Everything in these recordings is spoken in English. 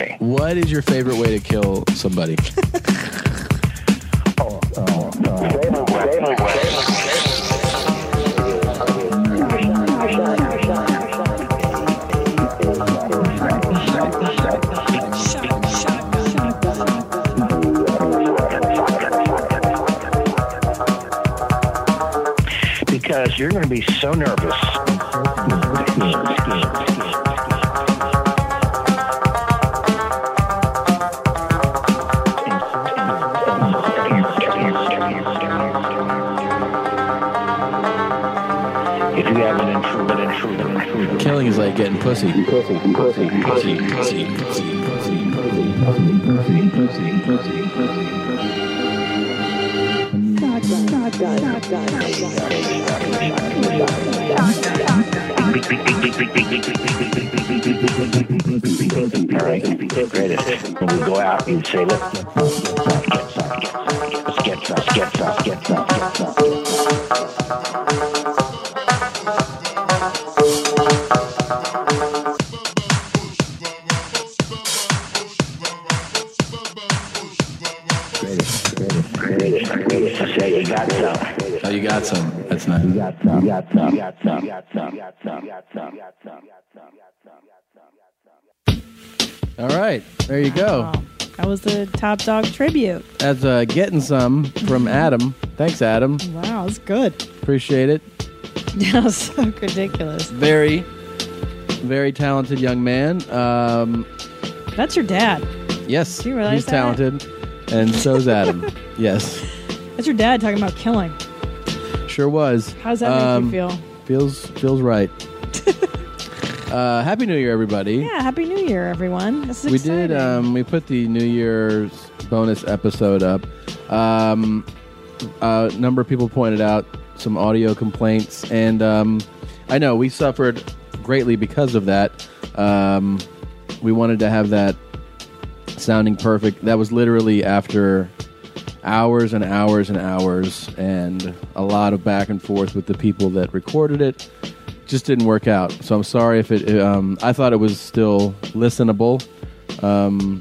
way. What is your favorite way to kill somebody? Because you're going to be so nervous. If you have an intruder, intruder, intruder. Killing is like getting pussy. All right, great. When we go out, you say, let's get some, let's get some, let's get some, let's get some, let's get some, get some. Great, great. You say you got some. Oh, you got some. That's nice. got some, you got some, you got some, you got some, you got some, you got some, you got some, you got some, you got some. All right, there you go. Wow. That was the Top Dog tribute. That's uh, getting some from Adam. Thanks, Adam. Wow, it's good. Appreciate it. That was so ridiculous. Very, very talented young man. Um, That's your dad. yes, Do you realize he's that? talented, and so's Adam. yes, That's your dad talking about killing. sure was. How does that Um, make you feel? Feels feels right. uh, Happy New Year, everybody. Yeah, Happy New Year, everyone. This is we exciting. did um we put the new year's bonus episode up um a number of people pointed out some audio complaints and um i know we suffered greatly because of that um we wanted to have that sounding perfect that was literally after hours and hours and hours and a lot of back and forth with the people that recorded it just didn't work out so i'm sorry if it um, i thought it was still listenable um,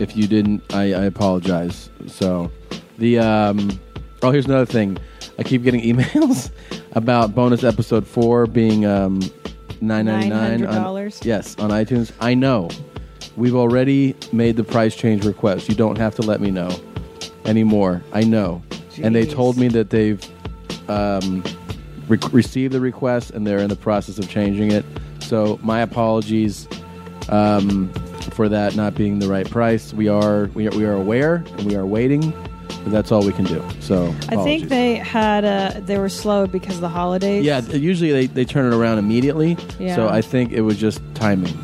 if you didn't I, I apologize so the um, oh here's another thing i keep getting emails about bonus episode 4 being um, 999 on, $900? yes on itunes i know we've already made the price change request you don't have to let me know anymore. I know. And they Jeez. told me that they've um, re- received the request and they're in the process of changing it. So my apologies um, for that not being the right price. We are we are, we are aware and we are waiting, but that's all we can do. So I think apologies. they had uh they were slow because of the holidays. Yeah, th- usually they, they turn it around immediately. Yeah. So I think it was just timing.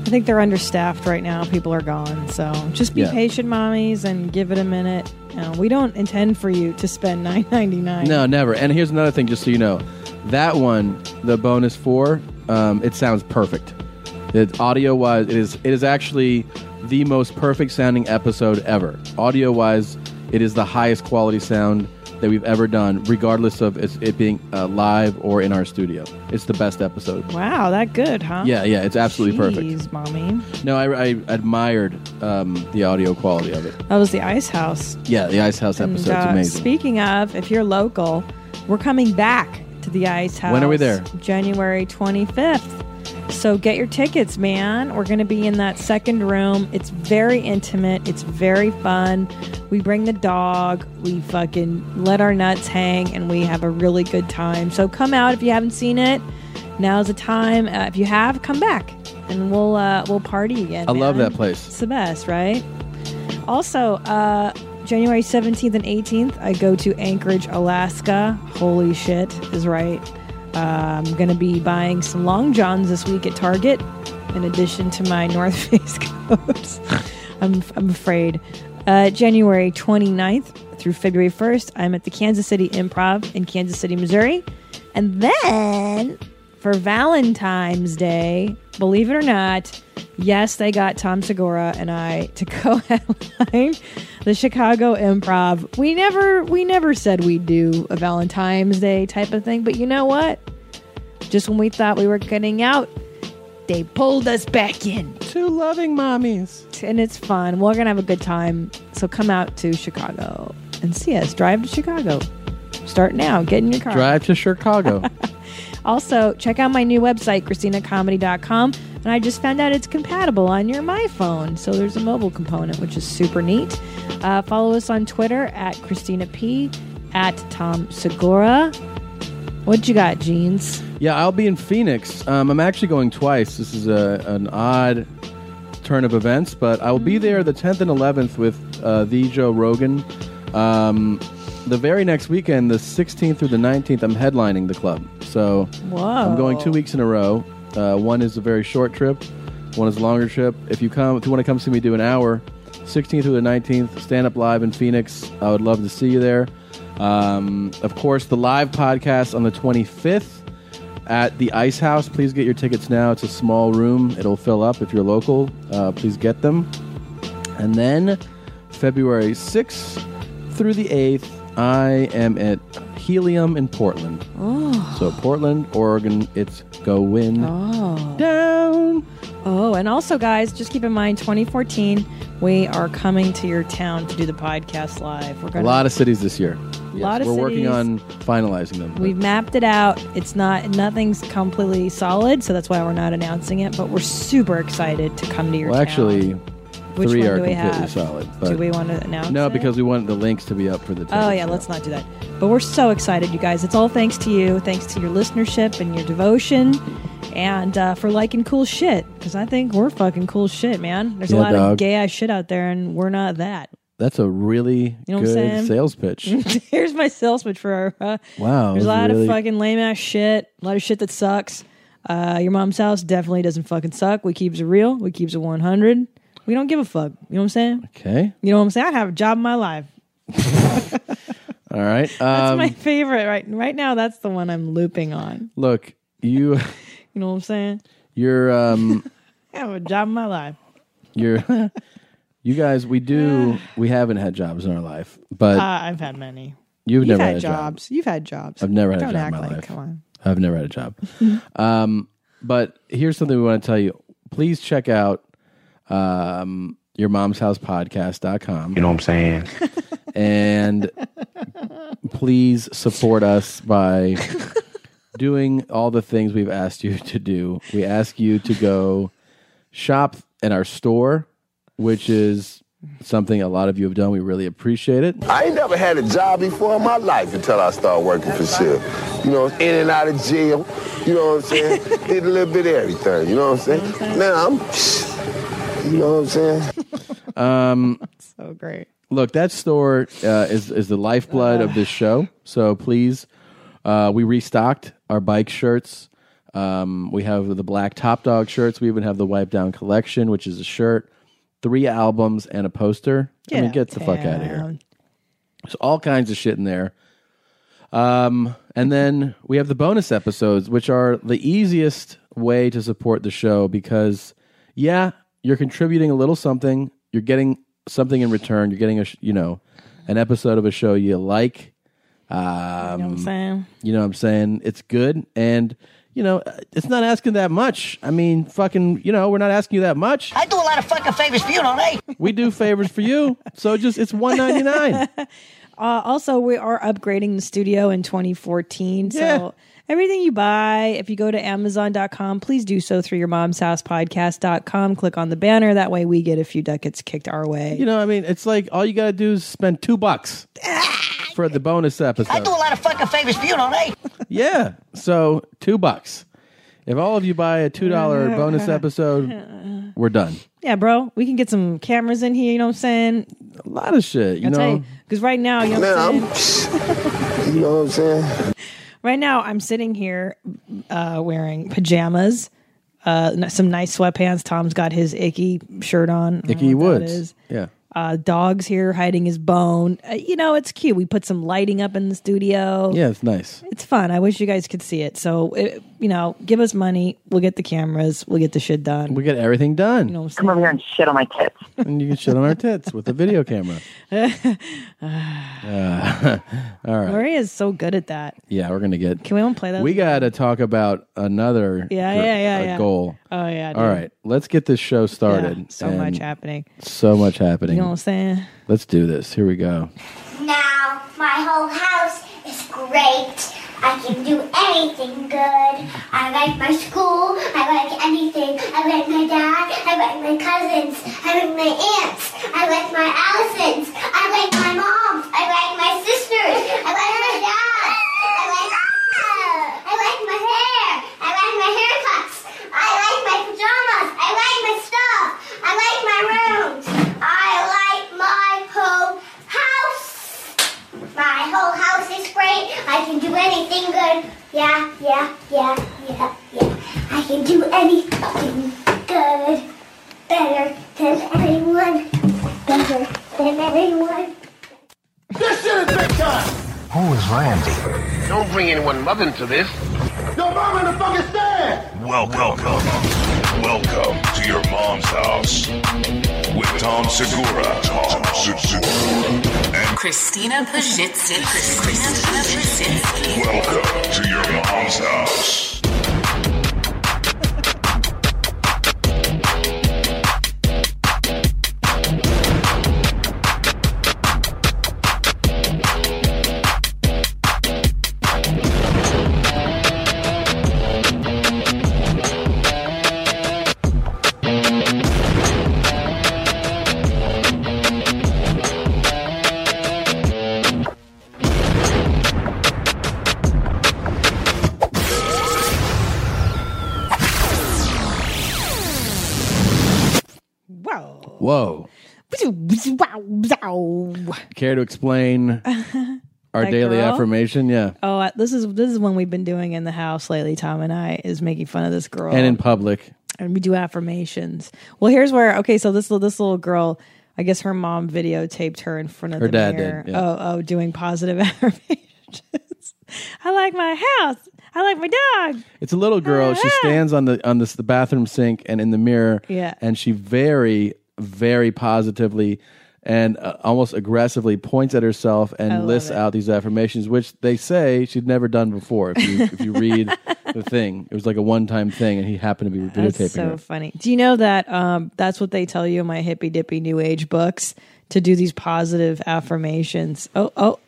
I think they're understaffed right now. People are gone, so just be Yeah. patient, mommies, and give it a minute. Uh, we don't intend for you to spend nine ninety nine. No, never. And here's another thing, just so you know, that one, the bonus four, um, it sounds perfect. It, audio wise, it is it is actually the most perfect sounding episode ever. Audio wise, it is the highest quality sound that we've ever done, regardless of it's, it being uh, live or in our studio. It's the best episode. Wow, that good, huh? Yeah, yeah, it's absolutely perfect. Jeez, mommy. No, I, I admired um, the audio quality of it. That was the Ice House. Yeah, the Ice House And, episode's uh, amazing. Speaking of, if you're local, we're coming back to the Ice House. When are we there? January 25th. So get your tickets, man. We're going to be in that second room. It's very intimate. It's very fun. We bring the dog. We fucking let our nuts hang and we have a really good time. So come out if you haven't seen it. Now's the time. Uh, if you have, come back and we'll uh, we'll party again. I love man. that place. It's the best, right? Also, uh, January 17th and 18th, I go to Anchorage, Alaska. Holy shit, is right. Uh, I'm going to be buying some Long Johns this week at Target, in addition to my North Face coats. I'm, I'm afraid. Uh, January 29th through February 1st, I'm at the Kansas City Improv in Kansas City, Missouri. And then for Valentine's Day, believe it or not, yes, they got Tom Segura and I to co-headline the Chicago Improv. We never we never said we'd do a Valentine's Day type of thing, but you know what? Just when we thought we were getting out, they pulled us back in. Two loving mommies. And it's fun. We're going to have a good time. So come out to Chicago and see us. Drive to Chicago. Start now. Get in your car. Drive to Chicago. Also, check out my new website, ChristinaComedy.com. And I just found out it's compatible on your my phone. So there's a mobile component, which is super neat. Uh, follow us on Twitter at Christina P, at Tom Segura. What you got, Jeans? yeah, I'll be in Phoenix. Um, I'm actually going twice. This is a, an odd turn of events, but I will be there the 10th and 11th with uh, the Joe Rogan. Um, the very next weekend, the 16th through the 19th, I'm headlining the club. So Whoa. I'm going two weeks in a row. Uh, one is a very short trip, one is a longer trip. If you come, if you want to come see me do an hour, 16th through the 19th, stand up live in Phoenix. I would love to see you there. Um, of course, the live podcast on the 25th at the Ice House. Please get your tickets now. It's a small room. It'll fill up if you're local. Uh, please get them. And then February 6th through the 8th, I am at Helium in Portland. So Portland, Oregon, it's going Oh. down. Oh, and also, guys, just keep in mind 2014, we are coming to your town to do the podcast live. We're A going lot of cities this year. Yes, Lot of we're working cities. on finalizing them. We've mapped it out. It's not nothing's completely solid, so that's why we're not announcing it. But we're super excited to come to your. well, town. actually, Which three one are do we completely have? solid. do but- we want to announce? no, it? because we want the links to be up for the. Oh tickets, yeah, so. let's not do that. But we're so excited, you guys. It's all thanks to you, thanks to your listenership and your devotion, and uh, for liking cool shit. Because I think we're fucking cool shit, man. There's a Yeah, lot dog. of gay ass shit out there, and we're not that. That's a really You know what I'm good saying? sales pitch. Here's my sales pitch for our. Uh, Wow, There's that was a lot really- of fucking lame ass shit. A lot of shit that sucks. Uh, your mom's house definitely doesn't fucking suck. We keeps it real. We keeps it 100. We don't give a fuck. You know what I'm saying? okay. You know what I'm saying? I have a job in my life. All right. That's Um, my favorite right right now. That's the one I'm looping on. Look, you, You know what I'm saying? you're, um, I have a job in my life. you're, you guys. We do. We haven't had jobs in our life, but Uh, I've had many. you've, You've never had, had, a job. jobs. You've had jobs. I've never had a Don't job in act my like, life. Come on. I've never had a job. Mm-hmm. um, but here's something we want to tell you. Please check out um, your mom's house podcast.com You know what I'm saying? and please support us by doing all the things we've asked you to do. We ask you to go shop at our store, which is something a lot of you have done. We really appreciate it. I ain't never had a job before in my life until I started working for Shiv. You know, in and out of jail. You know what I'm saying? Did a little bit of everything. You know what I'm saying? Now I'm, you know what I'm saying? So great. look, that store uh, is is the lifeblood of this show. So please, uh, we restocked our bike shirts. Um, we have the black top dog shirts. We even have the wipe down collection, which is a shirt, three albums, and a poster. I mean, out get the fuck out of here. town. There's all kinds of shit in there. Um, and then we have the bonus episodes, which are the easiest way to support the show because, yeah, you're contributing a little something. You're getting something in return. You're getting a, sh- you know, an episode of a show you like. You know Mm. what I'm saying? You know what I'm saying? It's good. And, you know, it's not asking that much. I mean, fucking, you know, we're not asking you that much. I do a lot of fucking favors for you, don't I? We do favors for you. So just, it's 199 Uh, also, we are upgrading the studio in 2014. Yeah. So everything you buy, if you go to Amazon.com, please do so through your mom's house podcast.com. Click on the banner. That way we get a few ducats kicked our way. You know, I mean, it's like all you gotta do is spend two bucks for the bonus I episode. do a lot of fucking favors for you, don't I? Yeah, so two bucks. If all of you buy a two dollar bonus episode, we're done. Yeah, bro. We can get some cameras in here. You know what I'm saying? A lot of shit, you I'll tell know. you. Because right now, you know what Now I'm I'm, saying? you know what I'm saying? Right now, I'm sitting here uh, wearing pajamas, uh, n- some nice sweatpants. Tom's got his icky shirt on. I don't Icky know what that Woods. is. Yeah, Uh, dogs here hiding his bone. Uh, you know, it's cute. We put some lighting up in the studio. Yeah, it's nice. It's fun. I wish you guys could see it. So, it, you know, give us money. We'll get the cameras. We'll get the shit done. We get everything done, You know what I'm Come over here and shit on my tits. and you can shit on our tits with a video camera. saying? Lori is so good at that. Yeah, we're gonna get. Can we all play that? We got to talk about another. Yeah, gr- yeah, yeah, uh, yeah. Goal. Oh yeah. dude. All right, let's get this show Yeah, started. so and much happening. So much happening. You know what I'm saying? Let's do this. Here we go. Now my whole house is great. I can do anything good. I like my school. I like anything. I like my dad. I like my cousins. I like my aunts. I like my Allisons. I like my mom. I like my sisters. I like my dad. I like I like my hair. I like my haircuts. I like my pajamas. I like my stuff. I like my rooms. I like my whole house. My whole house is great. I can do anything good. Yeah, yeah, yeah, yeah, yeah. I can do anything good. Better than anyone. Better than anyone. Don't bring anyone mother into this. Welcome. Welcome to your mom's house with Tom Segura. Tom Segura. And Christina Pajitsky. Christina Pajitsky. welcome to your mom's house. Wow. Whoa. Care to explain our That daily girl? affirmation? Yeah. Oh, I- this is this is one we've been doing in the house lately. Tom and I is making fun of this girl, And in public. and we do affirmations. Well, here's where okay, so this little this little girl, I guess her mom videotaped her in front of Her the dad did, mirror. yeah. Oh, oh, doing positive affirmations. I like my house. I like my dog. It's a little girl. She Ah. stands on the on this the bathroom sink and in the mirror. Yeah. And she very very positively and uh, almost aggressively points at herself and love lists it. out these affirmations, which they say she'd never done before. If you if you read the thing, it was like a one time thing, and he happened to be videotaping That's so her. funny. Do you know that um, that's what they tell you in my hippy dippy new age books to do these positive affirmations? Oh, oh.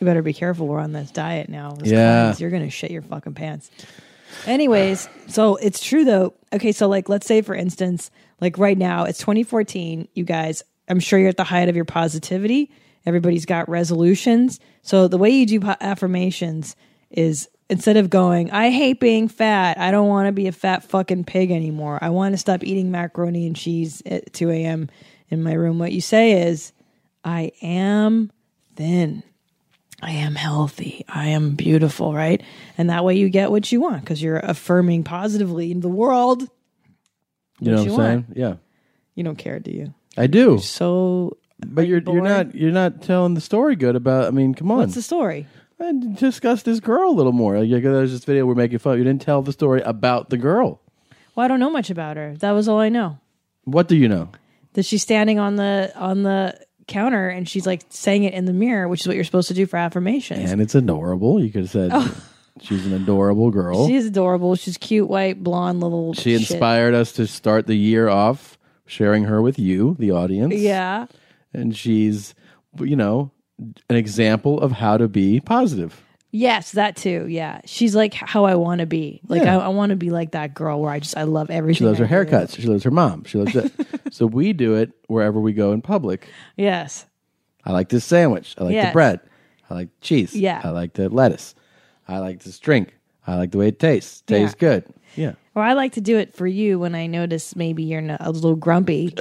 You better be careful. We're on this diet now. This Yeah. cleanse, You're going to shit your fucking pants. Anyways, so it's true though. Okay, so like let's say for instance, like right now it's 2014, you guys, I'm sure you're at the height of your positivity. Everybody's got resolutions. So the way you do po- affirmations is instead of going, I hate being fat. I don't want to be a fat fucking pig anymore. I want to stop eating macaroni and cheese at 2 a.m. in my room. What you say is, I am thin. I am healthy. I am beautiful, right? And that way you get what you want because you're affirming positively in the world. You know What what you I'm saying? Yeah. You don't care, do you? I do, So, but you're you're bored? not you're not telling the story good about. I mean, come on. what's the story? and discuss this girl a little more. Like, there's this video we're making fun. You didn't tell the story about the girl. Well, I don't know much about her. That was all I know. What do you know? That she's standing on the on the counter and she's like saying it in the mirror, which is what you're supposed to do for affirmations. And it's adorable. You could have said she's an adorable girl. Oh. She's adorable. She's cute, white, blonde, little. she shit. inspired us to start the year off sharing her with you, the audience. Yeah. and she's you know an example of how to be positive. Yes, that too. Yeah, she's like how I want to be. Like Yeah. I, I want to be like that girl where I just I love everything. She loves her I do. haircuts. She loves her mom. She loves it. so we do it wherever we go in public. Yes. I like this sandwich. I like the Yes. bread. I like cheese. Yeah. I like the lettuce. I like this drink. I like the way it tastes. Tastes good. Yeah. Or I like to do it for you when I notice maybe you're n- a little grumpy.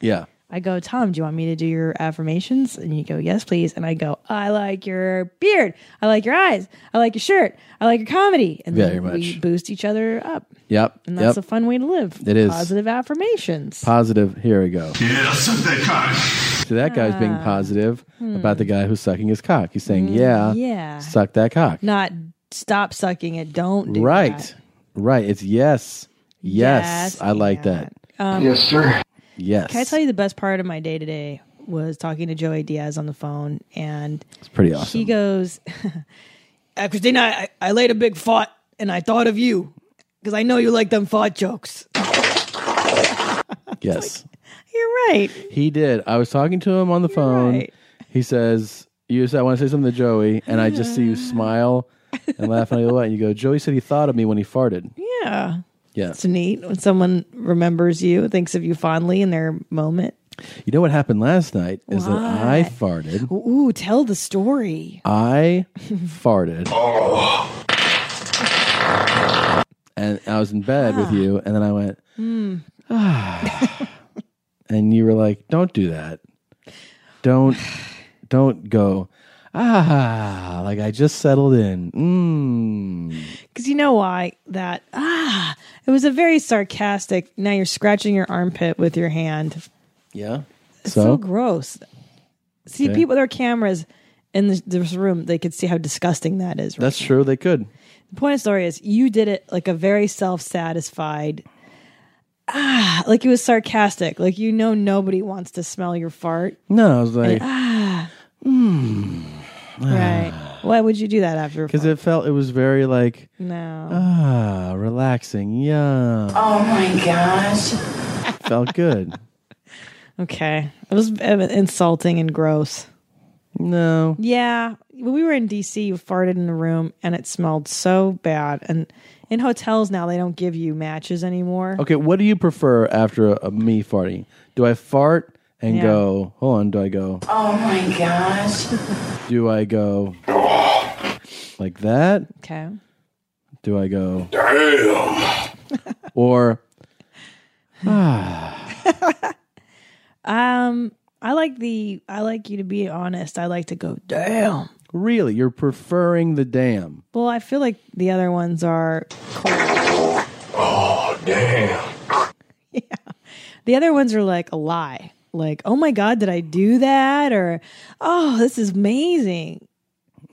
Yeah. I go, Tom, do you want me to do your affirmations? And you go, yes, please. And I go, I like your beard. I like your eyes. I like your shirt. I like your comedy. And Very then much. we boost each other up. Yep. And that's yep. a fun way to live. It is. Positive affirmations. positive. Here we go. Yeah, suck that cock. So that guy's being Ah. positive about the guy who's sucking his cock. He's saying, "Yeah, Hmm. Mm, yeah. suck that cock." Not stop sucking it. Don't do right, that. right. It's yes, yes. Yes, I like yeah. Um, that. yes, sir. Yes. Can I tell you the best part of my day today was talking to Joey Diaz on the phone, and It's pretty awesome. he goes, "Uh, "Christina, I, I laid a big fart, and I thought of you because I know you like them fart jokes." yes, You're right. he did. I was talking to him on the phone. right. He says, "You said I want to say something to Joey," and I just see you smile and laugh, and I go, "What?" And you go, "Joey said he thought of me when he farted." Yeah, Yeah. it's neat when someone remembers you, thinks of you fondly in their moment. You know what happened last night is that I What? farted. Ooh, tell the story. I farted. And I was in bed with you, and then I went, "Ah." and you were like, "Don't do that. Don't, don't go." Ah, like I just settled in. Mm. Because you know why that? Ah, it was a very sarcastic. Now you're scratching your armpit with your hand. Yeah. It's so, gross. See, Okay. people with their cameras in this, this room, they could see how disgusting that is. Right? that's true. They could. The point of the story is you did it like a very self satisfied. Ah, like it was sarcastic. Like you know, nobody wants to smell your fart, No, I was like, right? Why would you do that after? a because fart? it felt it was very like no, ah, relaxing. Yeah. Oh my gosh. Felt good. okay, it was uh, insulting and gross. No. Yeah, when we were in DC, you farted in the room, and it smelled so bad. And in hotels now, they don't give you matches anymore. Okay, what do you prefer after a, a me farting? Do I fart and Yeah. go, hold on, do I go, Oh my gosh. do I go like that? Okay. Do I go, damn? Or, Um, I like the I like you to be honest. I like to go damn. really, you're preferring the damn? Well, I feel like the other ones are cold. Oh damn. yeah. The other ones are like a lie. Like, oh my god, did I do that? Or oh, this is amazing.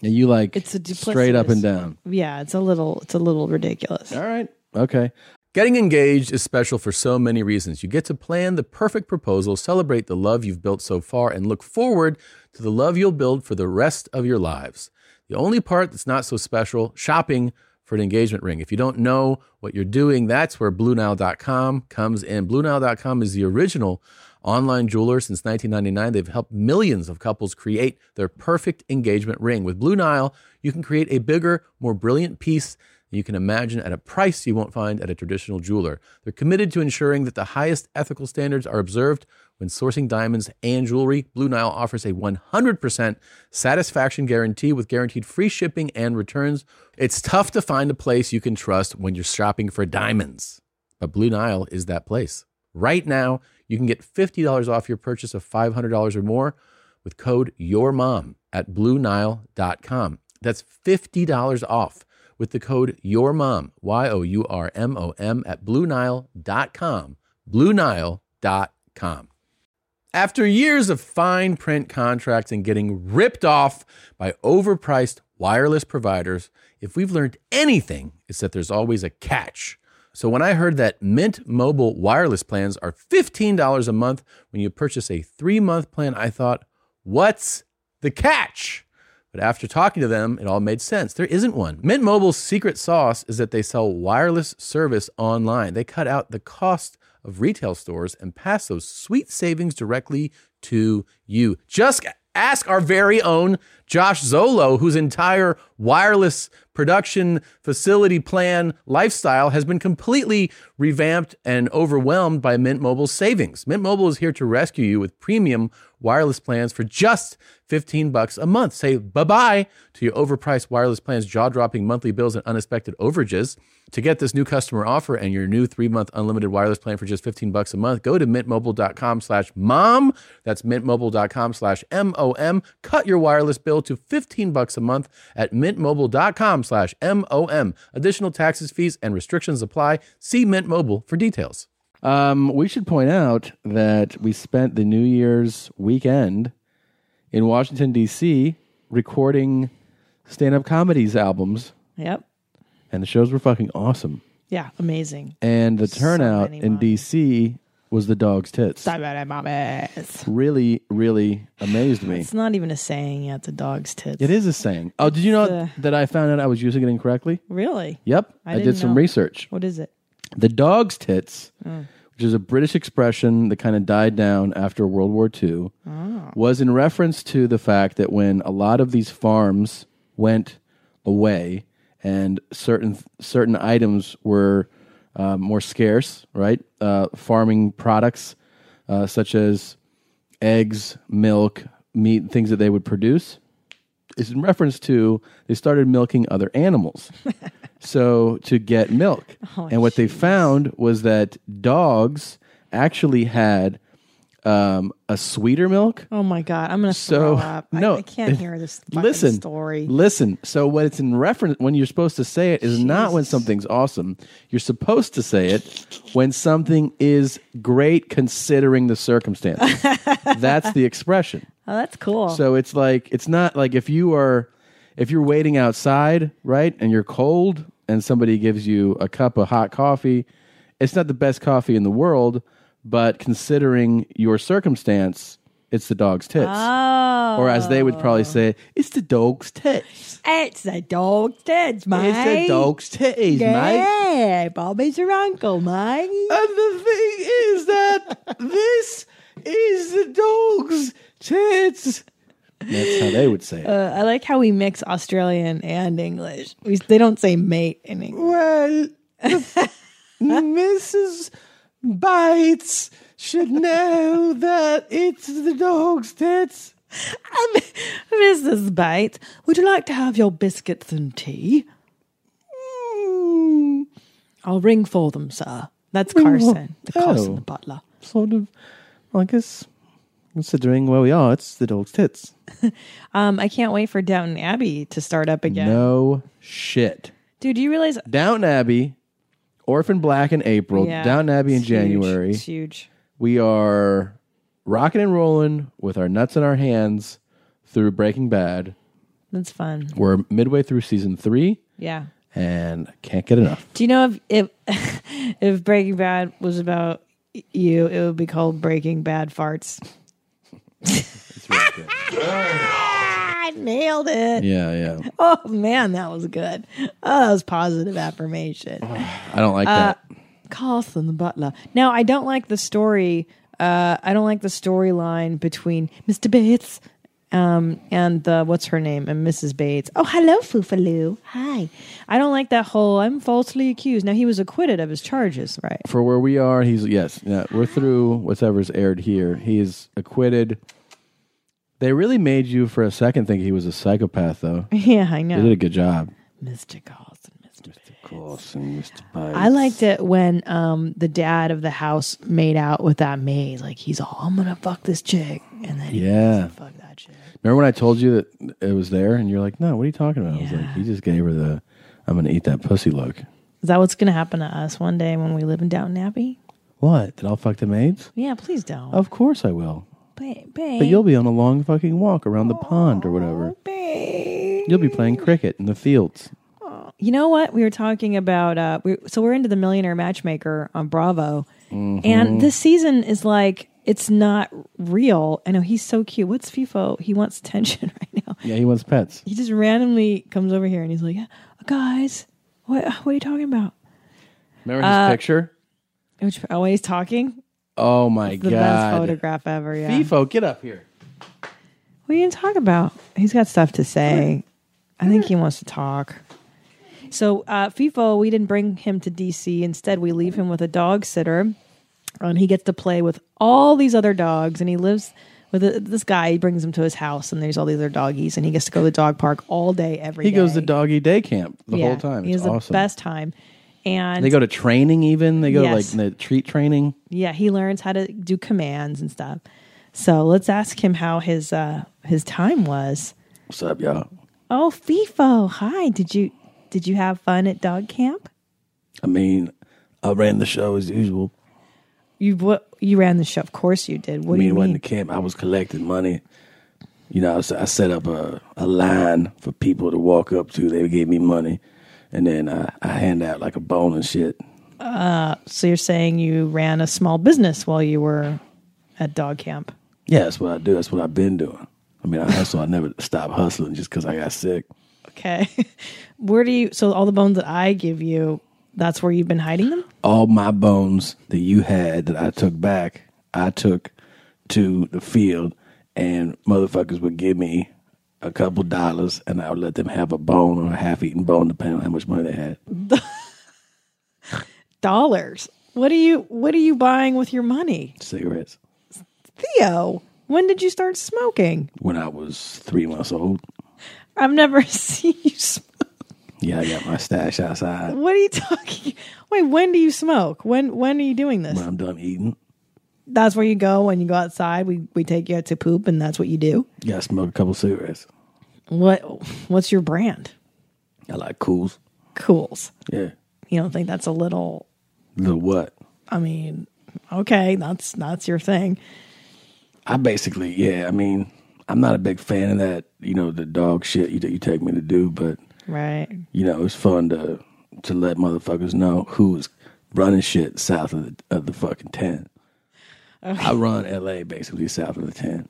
And you like It's a straight up duplicitous- and down. Yeah, it's a little it's a little ridiculous. All right, okay. Getting engaged is special for so many reasons. You get to plan the perfect proposal, celebrate the love you've built so far, and look forward to the love you'll build for the rest of your lives. The only part that's not so special, shopping for an engagement ring. If you don't know what you're doing, that's where BlueNile.com comes in. BlueNile.com is the original online jeweler since 1999. They've helped millions of couples create their perfect engagement ring. With Blue Nile, you can create a bigger, more brilliant piece than you can imagine at a price you won't find at a traditional jeweler. They're committed to ensuring that the highest ethical standards are observed when sourcing diamonds and jewelry. Blue Nile offers a 100% satisfaction guarantee with guaranteed free shipping and returns. It's tough to find a place you can trust when you're shopping for diamonds, but Blue Nile is that place. Right now, you can get $50 off your purchase of $500 or more with code YOURMOM at BlueNile.com. That's $50 off with the code YOURMOM, Y O U R M O M, at BlueNile.com. BlueNile.com. After years of fine print contracts and getting ripped off by overpriced wireless providers, if we've learned anything, it's that there's always a catch. So when I heard that Mint Mobile wireless plans are $15 a month when you purchase a three month plan, I thought, what's the catch? But after talking to them, it all made sense. There isn't one. Mint Mobile's secret sauce is that they sell wireless service online. They cut out the cost of retail stores and pass those sweet savings directly to you. Just ask our very own Josh Zolo, whose entire wireless production facility plan lifestyle has been completely revamped and overwhelmed by Mint Mobile's savings. Mint Mobile is here to rescue you with premium wireless plans for just 15 bucks a month. Say bye-bye to your overpriced wireless plans, jaw-dropping monthly bills and unexpected overages. To get this new customer offer and your new three-month unlimited wireless plan for just 15 bucks a month, go to mintmobile.com slash mom. That's mintmobile.com slash M-O-M. Cut your wireless bill to 15 bucks a month at mintmobile.com slash M-O-M. Additional taxes, fees, and restrictions apply. See Mint Mobile for details. Um, we should point out that we spent the New Year's weekend in Washington D.C. recording stand-up comedies albums, Yep. and the shows were fucking awesome. Yeah. Amazing. And the turnout many in moments. D.C. was the dog's tits. Stop it, mamas. Really, really amazed me. It's not even a saying yet. The dog's tits. It is a saying. Oh, did you know the- that I found out I was using it incorrectly? Really? Yep, I I, did didn't some know. research. What is it? The dog's tits, which is a British expression that kind of died down after World War II, was in reference to the fact that when a lot of these farms went away and certain certain items were uh, more scarce, right? Uh, farming products uh, such as eggs, milk, meat, things that they would produce is in reference to they started milking other animals. so to get milk. and what they found was that dogs actually had um, a sweeter milk. Oh my god, I'm gonna So throw up. I- no, I, can't hear this fucking listen, story. Listen. So what it's in reference when you're supposed to say it is not when something's awesome. You're supposed to say it when something is great considering the circumstances. That's the expression. oh, that's cool. So it's like it's not like if you are if you're waiting outside, right, and you're cold and somebody gives you a cup of hot coffee, it's not the best coffee in the world, but considering your circumstance, it's the dog's tits. oh, Or as they would probably say, it's the dog's tits. it's the dog's tits, mate. It's the dog's tits, mate. Uh. Yeah, Bobby's your uncle, mate. And the thing is that this is the dog's tits. That's how they would say it. Uh, I like how we mix Australian and English. We, they don't say mate in English. Well, Mrs. Bites should know that it's the dog's tits. Um, Mrs. Bates, would you like to have your biscuits and tea? Mm. I'll ring for them, sir. That's Carson, the Carson, Oh. the butler. Sort of, I guess, considering where we are, it's the dog's tits. Um, I can't wait for Downton Abbey to start up again. No shit. Dude, do you realize Downton Abbey, Orphan Black in April, Yeah, Downton Abbey in it's huge. January. It's huge. We are rocking and rolling with our nuts in our hands through Breaking Bad. That's fun. We're midway through season three Yeah. and can't get enough. Do you know if if, if Breaking Bad was about y- you, it would be called Breaking Bad Farts. I nailed it. Yeah, yeah. Oh man, that was good. Oh, that was positive affirmation. I don't like Uh, that. Carlson the butler. Now, I don't like the story. Uh, I don't like the storyline between Mr. Bates um, and the what's her name and Mrs. Bates. Oh, hello, Foofaloo. Hi. I don't like that whole. I'm falsely accused. Now he was acquitted of his charges, right? For where we are, he's yes, yeah, we're through whatever's aired here. He is acquitted. They really made you for a second think he was a psychopath, though. They Yeah, I did know. a good job. Mr. Carlson, Mr. Bates. Mr. Bites. I liked it when um, the dad of the house made out with that maid. Like he's all, I'm gonna fuck this chick, and then he Yeah. fuck that chick. Remember when I told you that it was there, and you're like, "No, what are you talking about?" I was like, "He just gave her the, I'm gonna eat that pussy look." Is that what's gonna happen to us one day when we live in Downton Abbey? What? Did I fuck the maids? Yeah, please don't. Of course I will. babe, babe, But you'll be on a long fucking walk around the pond or whatever. babe. You'll be playing cricket in the fields. You know what? We were talking about. Uh, we, so we're into the Millionaire Matchmaker on Bravo, and this season is like it's not real. I know he's so cute. What's FIFO? He wants attention right now. Yeah, he wants pets. He just randomly comes over here and he's like, "Guys, what what are you talking about?" Remember his Uh, picture? Which oh, when he's talking, Oh my the god! best photograph ever. Yeah. FIFO, get up here. What What are you going to talk about? He's got stuff to say. I think he wants to talk. So, uh, FIFO, we didn't bring him to DC. Instead, we leave him with a dog sitter. And he gets to play with all these other dogs. And he lives with a, this guy. He brings him to his house. And there's all these other doggies. And he gets to go to the dog park all day, every day. He goes to doggy day camp the whole time. He It's has the awesome. best time. And They go to training even. They go Yes. to like the treat training. yeah, he learns how to do commands and stuff. So let's ask him how his uh, his time was. What's up, y'all? Oh, FIFO, hi. Did you did you have fun at dog camp? I mean, I ran the show as usual. You what? You ran the show. Of course you did. What I mean, do you when mean? the camp, I was collecting money. You know, I, s- I set up a, a line for people to walk up to. They gave me money, and then I, I hand out like a bone and shit. so you're saying you ran a small business while you were at dog camp? Yeah, that's what I do. That's what I've been doing. I mean, I hustle. I never stop hustling just because I got sick. Okay. Where do you? So all the bones that I give you, that's where you've been hiding them. All my bones that you had that I took back, I took to the field, and motherfuckers would give me a couple dollars, and I would let them have a bone or a half-eaten bone, depending on how much money they had. Dollars. What are you? What are you buying with your money, Cigarettes. Theo? When did you start smoking? When I was three months old, I've never seen you smoke. Yeah, I got my stash outside What are you talking? Wait, when do you smoke? When when are you doing this? when I'm done eating. That's where you go when you go outside. We we take you out to poop, and that's what you do. Yeah, I smoke a couple cigarettes. What what's your brand? I like cools. Cools. Yeah. You don't think that's a little? Little what? I mean, okay, that's that's your thing. I basically, yeah, I mean, I'm not a big fan of that, you know, the dog shit you, you take me to do, but, Right. you know, it's fun to to let motherfuckers know who's running shit south of the, of the fucking tent. I run LA basically south of the tent.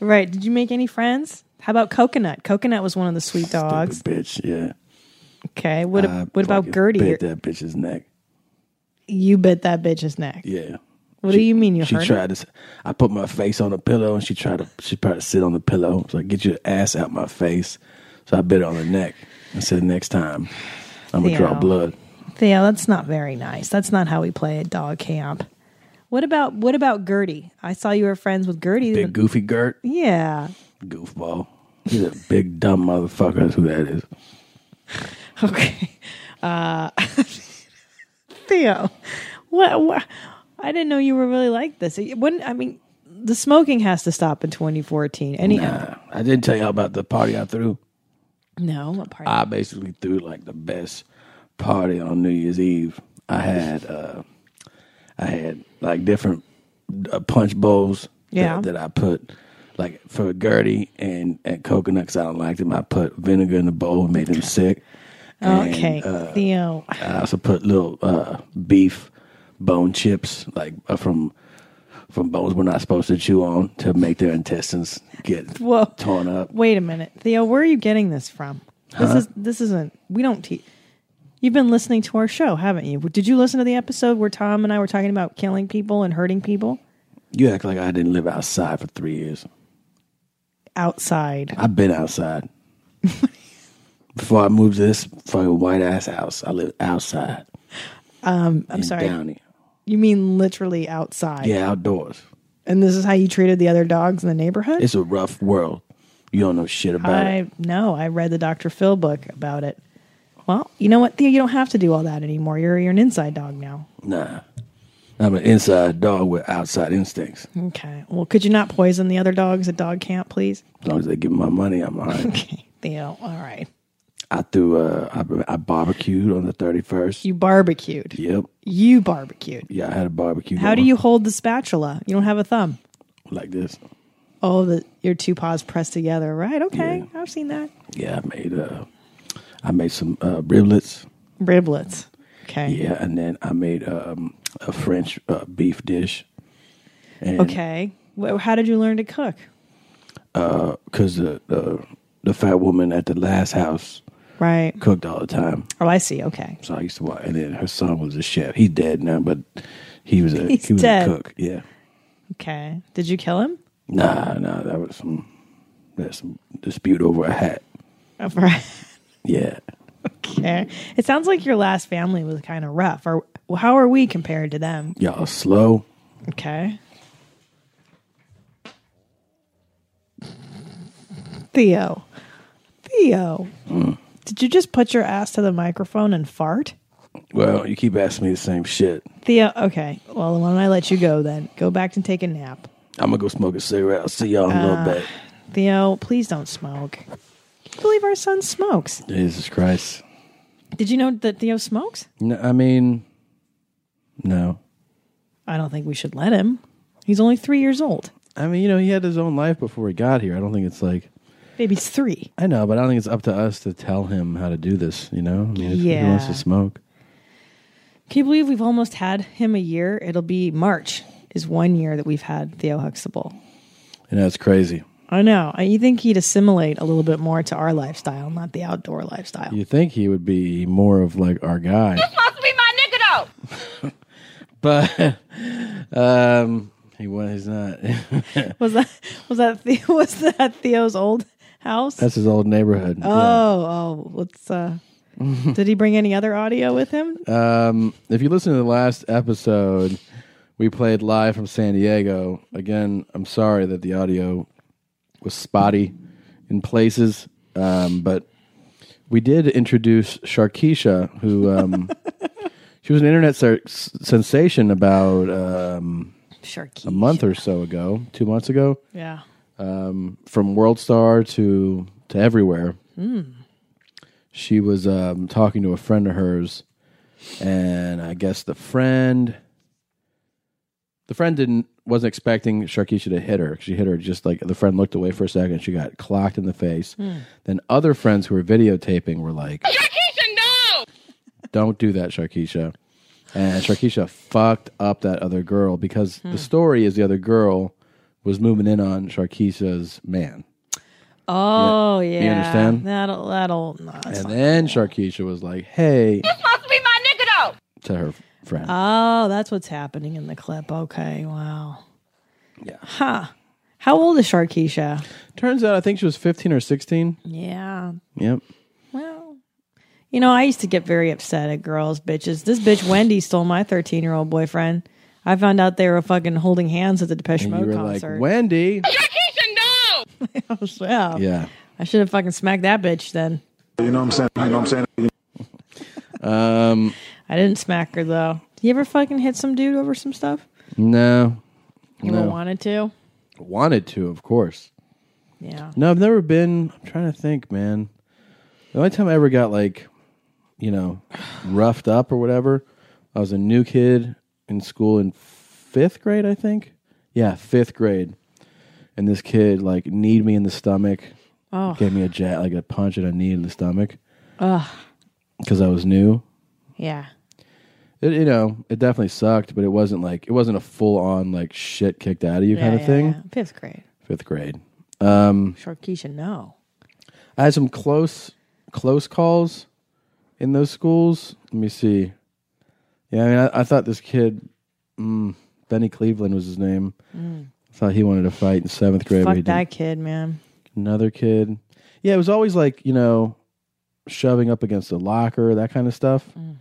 Right. Did you make any friends? How about Coconut? Coconut was one of the sweet dogs. Stupid bitch, yeah. Okay. What I what about fucking Gertie? Bit that bitch's neck. you bit that bitch's neck. Yeah. What do you mean you She hurt? her? tried to. I put my face on the pillow, and she tried to. She tried to sit on the pillow. So I get your ass out my face. So I bit her on the neck. I said, next time, I'm gonna draw Yeah. blood. Theo, that's not very nice. That's not how we play at dog camp. What about what about Gertie? I saw you were friends with Gertie. Big goofy Gert, yeah. goofball. He's a big dumb motherfucker. That's who that is. Okay. Uh, Theo, what, what? I didn't know you were really like this. When I mean, the smoking has to stop in 2014. Any Nah, I didn't tell y'all about the party I threw. no, what part? I basically threw like the best party on New Year's Eve. I had uh I had like different uh, punch bowls that- Yeah. that, I put like for Gertie and and coconut 'cause I don't like them. I put vinegar in the bowl and made them sick. And, okay, uh, Theo. I also put little uh beef bone chips like uh, from from bones we're not supposed to chew on to make their intestines get Whoa. torn up. Wait a minute, Theo. Where are you getting this from? This is this isn't. We don't teach. You've been listening to our show, haven't you? Did you listen to the episode where Tom and I were talking about killing people and hurting people You act like I didn't live outside for three years. outside? I've been outside. Before I moved to this fucking white ass house, I lived outside. Um, I'm sorry. Downey. You mean literally outside? Yeah, outdoors. And this is how you treated the other dogs in the neighborhood? It's a rough world. You don't know shit about it. I no, I read the Dr. Phil book about it. Well, you know what, Theo, you don't have to do all that anymore. You're you're an inside dog now. Nah. I'm an inside dog with outside instincts. As Okay. Well, could you not poison the other dogs at dog camp, please? long as they give me my money, I'm all right. Okay, Theo. All right. I threw, uh, I, I barbecued on the 31st. You barbecued. yep. You barbecued. Yeah, I had a barbecue. How do going you hold the spatula? You don't have a thumb. Like this. Oh, the your two paws pressed together. Right. Okay. I've seen that. Yeah, I made, uh, I made some uh, riblets. Riblets. Okay. Yeah, and then I made um, a French uh, beef dish. And, Okay. Wh- How did you learn to cook? Because the, uh, the the fat woman at the last house Right. cooked all the time, Oh, I see. Okay. so I used to watch. And then her son was a chef. He's dead now, but he was a He's he was dead. a cook. Yeah, Okay. Did you kill him? Nah, nah, uh, that was some that's some dispute over a hat. Right. Yeah. Okay. It sounds like your last family was kind of rough. Or how are we compared to them? Y'all slow. Okay. Theo. Theo. Mm. Did you just put your ass to the microphone and fart? Well, you keep asking me the same shit. Theo, okay. Well, why don't I let you go then? Go back and take a nap. I'm gonna go smoke a cigarette. I'll see y'all in a Uh, little bit. Theo, please don't smoke. Can you believe our son smokes? Jesus Christ. Did you know that Theo smokes? No, I mean, no. I don't think we should let him. He's only three years old. I mean, you know, he had his own life before he got here. I don't think it's like Baby's three. I know, but I don't think it's up to us to tell him how to do this. You know, I mean, if he wants Yeah. to smoke, Can you believe we've almost had him a year? It'll be March is one year that we've had Theo Huxtable. you know, it's crazy. I know. I you think he'd assimilate a little bit more to our lifestyle, not the outdoor lifestyle. You think he would be more of like our guy, supposed to be my Nicodo. but um, he was he's not. Was that was that Theo, was that Theo's old house? That's his old neighborhood. oh, oh, what's uh Did he bring any other audio with him? Um, if you listen to the last episode, we played live from San Diego. Again, I'm sorry that the audio was spotty in places, um, but we did introduce Sharkeisha, who um, she was an internet ser- s- sensation about um, Sharky. a month or so ago, two months ago, Yeah. um, from World Star to to everywhere Hmm. she was um, talking to a friend of hers, and I guess the friend, the friend didn't wasn't expecting Sharkeisha to hit her. She hit her just like the friend looked away for a second. She got clocked in the face. Hmm. Then other friends who were videotaping were like, Keisha, no! "Don't do that, Sharkeisha." And Sharkeisha fucked up that other girl because the story is the other girl was moving in on Sharkeisha's man. Oh You yeah. understand? That'll that'll no, that's and not- then Sharkeisha was like, "Hey," supposed to be my Nicodo. to her friend. Oh, that's what's happening in the clip. Okay, wow. Yeah. Huh. How old is Sharkeisha? Turns out I think she was 15 or 16. Yeah. Yep. Well, you know, I used to get very upset at girls, bitches. This bitch Wendy stole my 13 year old boyfriend. I found out they were fucking holding hands at the Depeche And you Mode were concert. like, Wendy. I was, wow. Yeah. I should have fucking smacked that bitch then. You know what I'm saying? You know what I'm saying? Um, I didn't smack her though. You ever fucking hit some dude over some stuff? no. You no. ever wanted to? Wanted to, of course. Yeah. No, I've never been. I'm trying to think, man. The only time I ever got like, you know, roughed up or whatever, I was a new kid in school in fifth grade, I think. Yeah, fifth grade. And this kid like kneed me in the stomach, Oh. gave me a jab, like a punch and a knee in the stomach Ugh. because I was new. Yeah. It, you know, it definitely sucked, but it wasn't like it wasn't a full on like shit kicked out of you Yeah, kind of yeah, thing. yeah. Fifth grade. Fifth grade. Um, Sharkeisha, no. I had some close close calls in those schools. Let me see. Yeah, I mean, I, I thought this kid, mm, Benny Cleveland was his name. Mm. I thought he wanted to fight in seventh grade. but he Fuck didn't. that kid, man. Another kid. Yeah, it was always like you know, shoving up against a locker, that kind of stuff. Mm.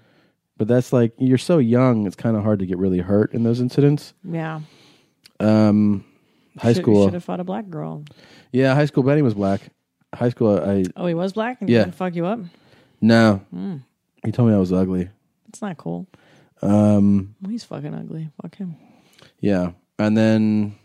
But that's like you're so young; it's kind of hard to get really hurt in those incidents. Yeah. Um, high school. Should have fought a black girl. Yeah, high school. Benny was black. High school. I Oh, he was black and Yeah. he didn't fuck you up? no. Mm. He told me I was ugly. It's not cool. Um. Well, he's fucking ugly. Fuck him. Yeah. And then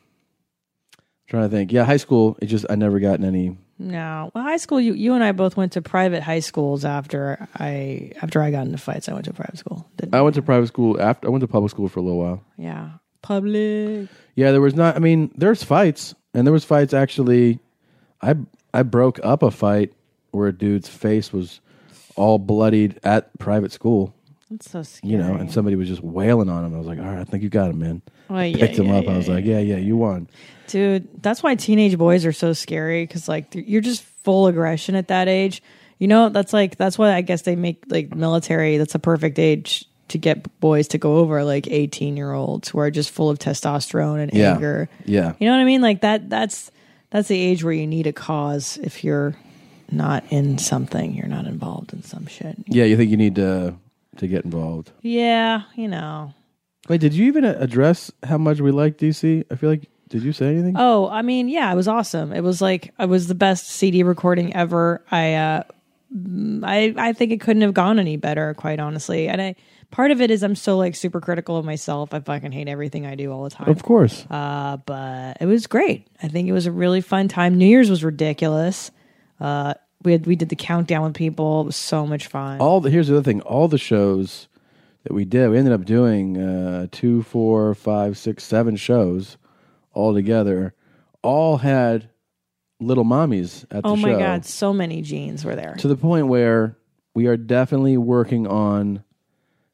trying to think. Yeah, high school. It just I never gotten any. No. Well, high school. You, you and I both went to private high schools after I after I got into fights. I went to private school. Did I went to private school after I went to public school for a little while. yeah. Public. Yeah, there was not. I mean, there's fights, and there was fights actually. I I broke up a fight where a dude's face was all bloodied at private school. That's so scary. You know, and somebody was just wailing on him. I was like, all right, I think you got him, man. Well, I yeah, picked him yeah, up. yeah, I was like, yeah, yeah, you won. Dude, that's why teenage boys are so scary because like th- you're just full aggression at that age. You know, that's like that's why I guess they make like military. That's a perfect age to get boys to go over like 18 year olds who are just full of testosterone and Yeah. anger. Yeah. You know what I mean? Like that that's that's the age where you need a cause if you're not in something, you're not involved in some shit. Yeah, you think you need to to get involved. Yeah, you know. Wait, did you even address how much we like DC? I feel like did you say anything? Oh, I mean, yeah, it was awesome. It was like it was the best CD recording ever. I uh mm, I I think it couldn't have gone any better, quite honestly. And I part of it is I'm so like super critical of myself. I fucking hate everything I do all the time. Of course. Uh but it was great. I think it was a really fun time. New Year's was ridiculous. Uh we had, we did the countdown with people. It was so much fun. All the here's the other thing. All the shows that we did, we ended up doing uh, two, four, five, six, seven shows all together. All had little mommies at the oh my show. god, so many jeans were there. to the point where we are definitely working on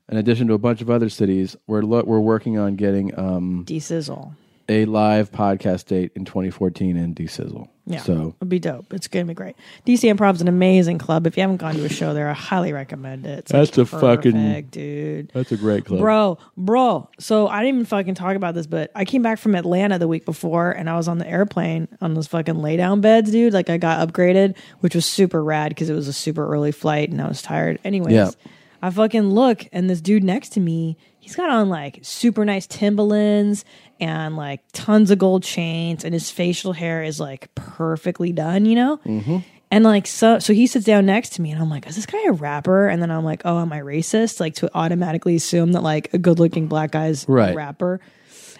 in addition to a bunch of other cities we're lo- we're working on getting um Desizzle. a live podcast date in 2014 in desizzle Yeah. so it'd be dope. It's gonna be great. DC Improv's an amazing club. If you haven't gone to a show there, I highly recommend it. It's That's like a fucking- perfect, dude. that's a great club Bro, bro. So I didn't even fucking talk about this, but I came back from Atlanta the week before and I was on the airplane on those fucking lay down beds, dude. Like I got upgraded, which was super rad because it was a super early flight and I was tired. Anyways, Yeah. I fucking look and this dude next to me, he's got on like super nice Timberlands and like tons of gold chains and his facial hair is like perfectly done, you know? Mm-hmm. And like so, so he sits down next to me, and I'm like, "Is this guy a rapper?" And then I'm like, "Oh, am I racist?" Like to automatically assume that like a good-looking black guy's Right. a rapper.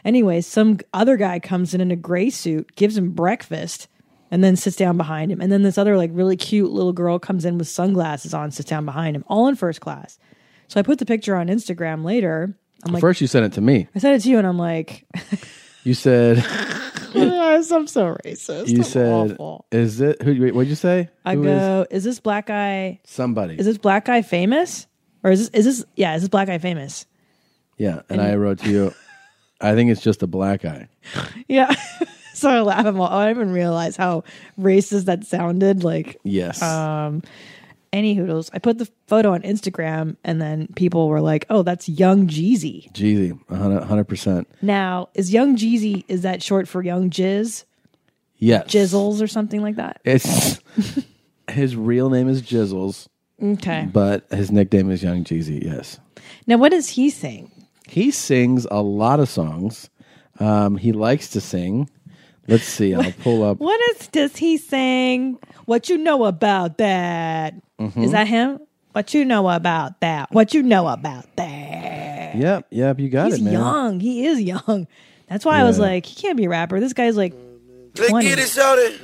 Anyway, some other guy comes in in a gray suit, gives him breakfast, and then sits down behind him. And then this other like really cute little girl comes in with sunglasses on, sits down behind him, all in first class. So I put the picture on Instagram later. I'm like, first you sent it to me I sent it to you, and I'm like, you said "Yes, I'm so racist. you I'm said awful. is it who wait, what'd you say I Who is- go, is this black guy somebody is this black guy famous or is this is this yeah is this black guy famous yeah and i wrote to you i think it's just a black guy yeah so i laugh i'm all, oh, i didn't even realize how racist that sounded like Yes. um any hoodles i put the photo on instagram and then people were like oh that's young jeezy jeezy 100 percent now is young jeezy is that short for young jizz yes jizzles or something like that it's his real name is jizzles okay but his nickname is young jeezy yes now what does he sing He sings a lot of songs. Um, he likes to sing. Let's see. I'll pull up. what is does he sing what you know about that? Is Mhm. that him what you know about that what you know about Yep, yep. You got He's it, man. young. He is young. That's why I was Yeah. like, he can't be a rapper. This guy's like Let's 20. get it started.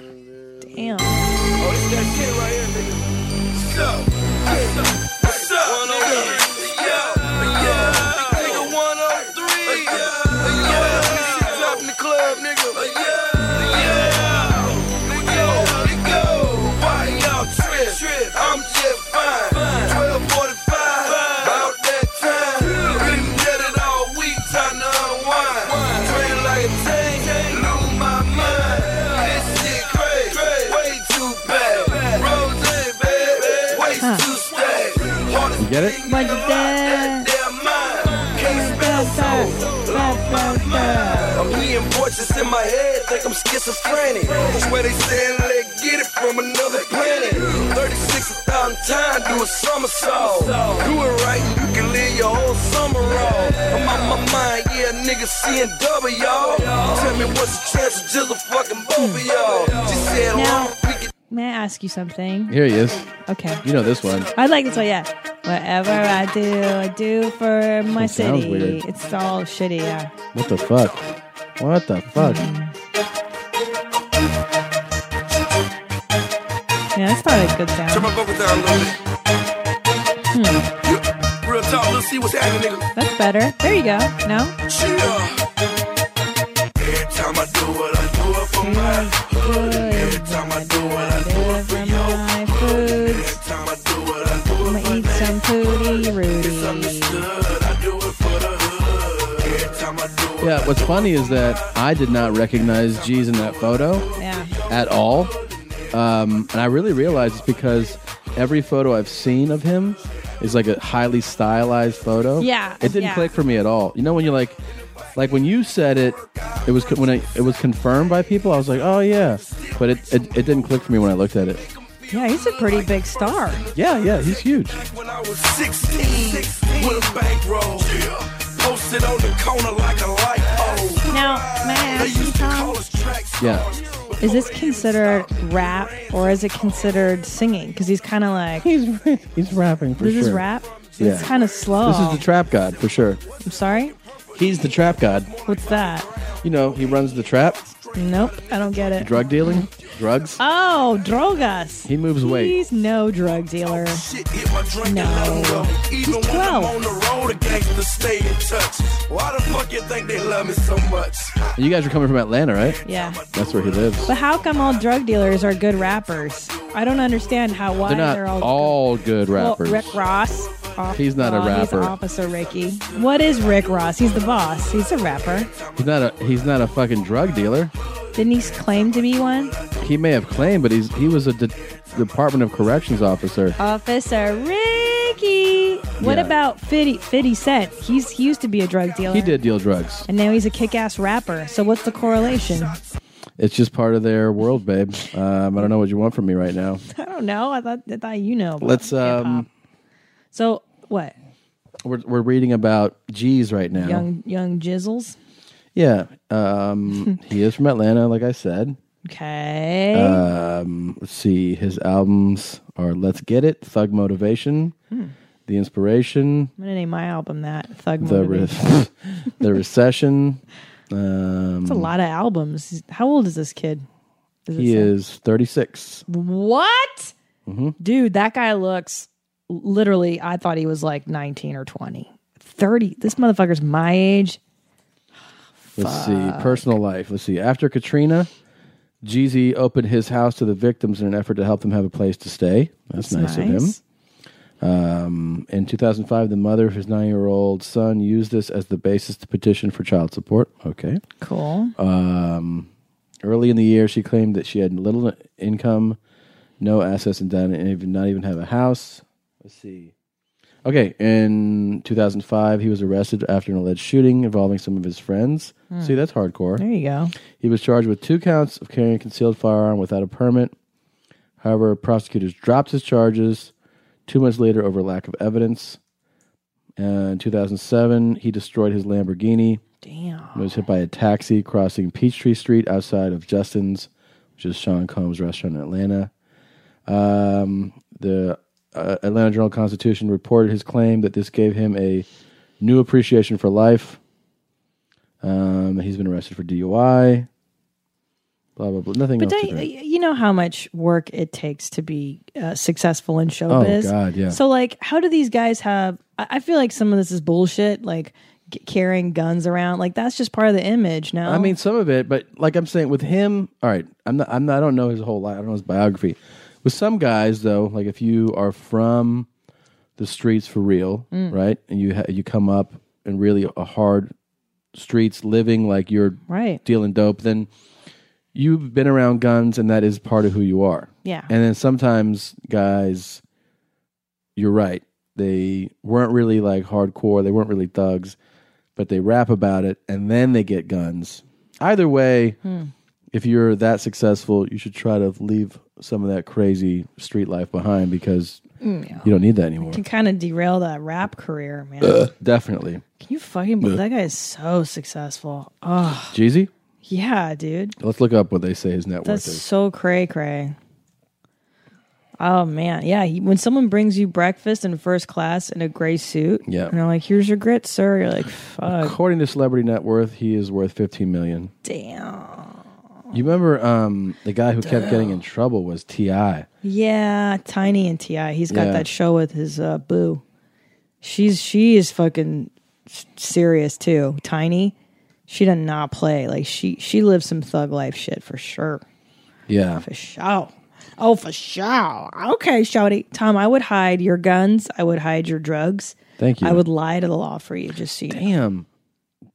Damn. Oh, this that shit right here, nigga. So, hey, what's up, nigga? Yeah, yeah, nigga 103. Yeah, yeah, shit's up in the club, nigga. Yeah, yeah. Let go, let go. Why y'all trip? I'm just fine. 12:45, about that time. Been dead it all week, time to unwind. Train like a tank, lose my mind. This shit crazy, way too bad. Rose in bed, way too stacked. Hardest You get it? thing in that damn mind. Can't spell so, lost my mind. I'm hearing voices in my head, think I'm schizophrenic. Swear they saying they get it from another planet. 36,000 times do a somersault. Do it right and you can live your whole summer off. I'm on my mind, yeah, nigga, seeing double, y'all. Tell me what's the chance of just a fucking both of y'all. She said, Now, may I ask you something? Here he is. Okay. You know this one. I like this one, yeah. Whatever I do, I do for my That sounds city. weird. It's all shitty, yeah. Hmm. What the fuck? What the fuck? Yeah, that's not a good sound. Turn my vocal down a little bit. Yeah, Real talk, let's see what's happening, nigga. That's better. There you go. No? Chill. Every time I do it, I do it for my hood. Every time I do it, I do it for your hood. Every time I do it, I do it I'm for gonna eat some foodie It's Rudy. understood. I do it for the hood. Every time I do it. Yeah, what's funny is that I did not recognize G's in that photo Yeah. at all. Um, and I really realized it's because every photo I've seen of him is like a highly stylized photo. Yeah, it didn't yeah. click for me at all. You know when you're like, like when you said it, it was co- when I, it was confirmed by people. I was like, oh yeah, but it, it it didn't click for me when I looked at it. Yeah, he's a pretty big star. Yeah, yeah, he's huge. With a bankroll. Posted on the corner like a light pole. Now, may I ask you, Tom, Yeah, is this considered rap or is it considered singing? Because he's kind of like he's he's rapping for this is sure. rap. Yeah. It's kind of slow. this is the trap god for sure. I'm sorry. He's the trap god. What's that? You know, he runs the trap, Nope, I don't get it. drug dealing, drugs. Oh, drogas. He moves weight. He's no drug dealer. No. Even when I'm on the road, the gangsters stay in touch. Why the fuck you think they love me so much? And you guys are coming from Atlanta, right? Yeah. That's where he lives. But how come all drug dealers are good rappers? I don't understand how why They're not are all, all, good rappers. Well, Rick Ross. off- He's not a uh, he's rapper. Officer Ricky. What is Rick Ross? He's the boss. He's a rapper. He's not a he's not a fucking drug dealer. Didn't he claim to be one? He may have claimed, but he's he was a de- Department of Corrections officer. Officer Ricky. What Yeah. about 50, 50 Cent? He's he used to be a drug dealer. He did deal drugs. And now he's a kick-ass rapper. So what's the correlation? It's just part of their world, babe. Um, I don't know what you want from me right now. I don't know. I thought I thought you know. about Let's hip-hop. um, So what? we're we're reading about G's right now. Young young jizzles. Yeah, um, he is from Atlanta, like I said. Okay. Um, let's see. His albums are "Let's Get It," "Thug Motivation," Hmm. "The Inspiration," I'm gonna name my album that Thug the Motivation. re- the recession. Um, It's a lot of albums. How old is this kid? Does it He say? is 36. What? Mhm. Dude, that guy looks literally, I thought he was like 19 or 20. 30. This motherfucker's my age. Let's see. Personal life. Let's see. After Katrina, Jeezy opened his house to the victims in an effort to help them have a place to stay. That's, That's nice, of him. nice. Um, in 2005, the mother of his nine year old son used this as the basis to petition for child support. Okay. Cool. Um, early in the year, she claimed that she had little income, no assets, and did not even, not even have a house. Let's see. Okay, in 2005, he was arrested after an alleged shooting involving some of his friends. Hmm. See, that's hardcore. There you go. He was charged with two counts of carrying a concealed firearm without a permit. However, prosecutors dropped his charges two months later over lack of evidence. Uh, in 2007, he destroyed his Lamborghini. Damn. He was hit by a taxi crossing Peachtree Street outside of Justin's, which is Sean Combs' restaurant in Atlanta. Um, the uh, Atlanta Journal Constitution reported his claim that this gave him a new appreciation for life. Um, he's been arrested for DUI. Blah blah blah. Nothing But else. don't, to drink. you know how much work it takes to be uh, successful in showbiz. Oh, God, yeah. So like, how do these guys have? I, I feel like some of this is bullshit. Like g- carrying guns around, like that's just part of the image. Now, I mean, some of it, but like I'm saying, with him, all right, I'm not, I'm not, I don't know his whole life. I don't know his biography. With some guys, though, like if you are from the streets for real, Mm. right, and you ha- you come up and really a hard streets living, like you're Right. dealing dope, then you've been around guns, and that is part of who you are. Yeah. And then sometimes guys, you're right, they weren't really like hardcore, they weren't really thugs, but they rap about it, and then they get guns. Either way, Hmm. if you're that successful, you should try to leave some of that crazy street life behind because Mm, yeah. you don't need that it anymore. can kind of derail that rap career, man. Uh. Definitely. Can you fucking believe Ugh. that guy is so successful? Oh, Jeezy? yeah, dude. Let's look up what they say his net That's worth is. so cray cray. Oh man, yeah. He, when someone brings you breakfast in first class in a gray suit, Yeah. and they're like, "Here's your grits, sir," you're like, "Fuck, According to Celebrity Net Worth, he is worth 15 million. damn." You remember um, the guy who kept getting in trouble was T.I. Yeah, Tiny and Ti. He's got Yeah. that show with his uh, boo. She's she is fucking s- serious too. Tiny, she does not play. Like she she lives some thug life shit for sure. Yeah. For sure. Oh, for sure. Okay, Shouty. Tom, I would hide your guns. I would hide your drugs. Thank you. I would lie to the law for you, just so you know. Damn.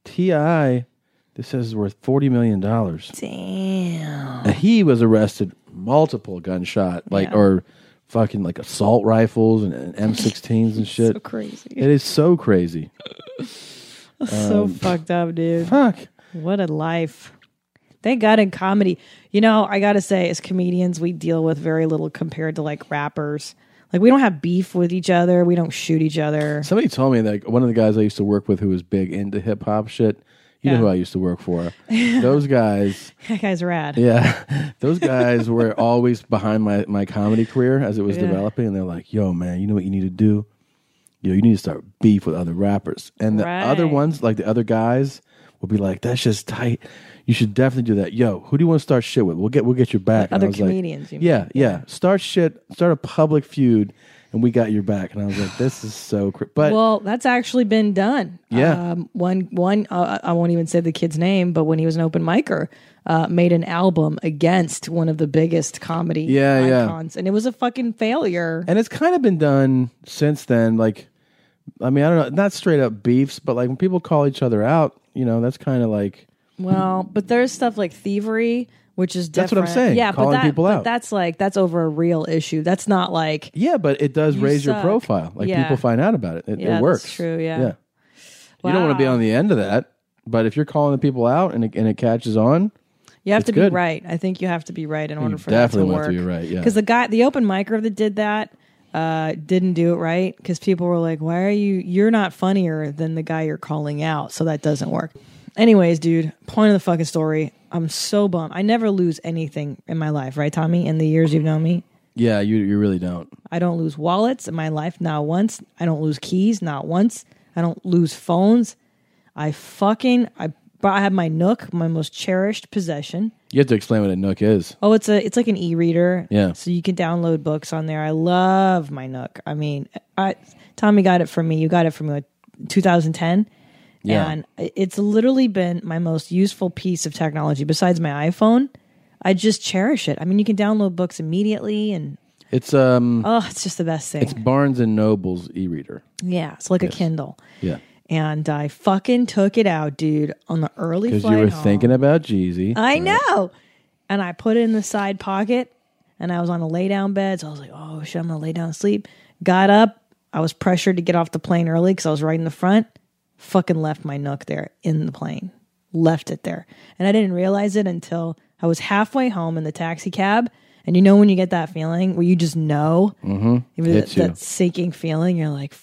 T.I. This says is worth $40 million. Damn. He was arrested multiple gunshot, like, Yeah. or fucking like assault rifles and, and M16s and shit. So crazy. It is so crazy. That's so Um, fucked up, dude. Fuck. What a life. Thank God in comedy. You know, I got to say, as comedians, we deal with very little compared to like rappers. Like, we don't have beef with each other. We don't shoot each other. Somebody told me that one of the guys I used to work with who was big into hip hop shit. You Yeah. know who I used to work for. Those guys. That guy's rad. Yeah, those guys were always behind my, my comedy career as it was Yeah. developing, and they're like, "Yo, man, you know what you need to do? Yo, you need to start beef with other rappers." And the other Right. ones, like the other guys, will be like, "That's just tight. You should definitely do that." Yo, who do you want to start shit with? We'll get we'll get your back. Like And other I was like, comedians, you mean. yeah, yeah. Start shit. Start a public feud, and we got your back. And I was like, "This is so." Cr-. But well, that's actually been done. Yeah. Um, one one uh, I won't even say the kid's name, but when he was an open micer, uh, made an album against one of the biggest comedy Yeah, yeah. icons, and it was a fucking failure. And it's kind of been done since then. Like, I mean, I don't know, not straight up beefs, but like when people call each other out, you know, that's kind of like, Well, but there's stuff like thievery, which is That's different. what I'm saying, Yeah, calling but that, people but out. that's like that's over a real issue. That's not like yeah, but it does You raise your suck. profile. Like Yeah. people find out about it. It, it Yeah, that's works. true, yeah. You don't want to be Wow. on the end of that, but if you're calling the people out and it, and it catches on, you have it's to good. be right. I think you have to be right in order for definitely that to want work. to be right, yeah. Because the guy, the open micer that did that, uh, didn't do it right because people were like, "Why are you? You're not funnier than the guy you're calling out." So that doesn't work. Anyways, dude, point of the fucking story. I'm so bummed. I never lose anything in my life, right, Tommy? In the years you've known me, Yeah, you, you really don't. I don't lose wallets in my life, not once. I don't lose keys, not once. I don't lose phones. I fucking I I have my Nook, my most cherished possession. You have to explain what a Nook is. Oh, it's a it's like an e-reader. Yeah. So you can download books on there. I love my Nook. I mean, I Tommy got it for me. You got it for me in 2010. Yeah. And it's literally been my most useful piece of technology besides my iPhone. I just cherish it. I mean, you can download books immediately and It's, um, oh, it's just the best thing. it's Barnes and Noble's e reader. Yeah, it's like a Kindle. Yeah. And I fucking took it out, dude, on the early Because flight you were home. thinking about Jeezy. I know. And I put it in the side pocket and I was on a lay down bed. So I was like, oh shit, I'm going to lay down and sleep. Got up. I was pressured to get off the plane early because I was right in the front. Fucking left my nook there in the plane. Left it there. And I didn't realize it until I was halfway home in the taxi cab. And you know when you get that feeling where you just know Mm-hmm. you know, that, Hits you. that sinking feeling, you're like,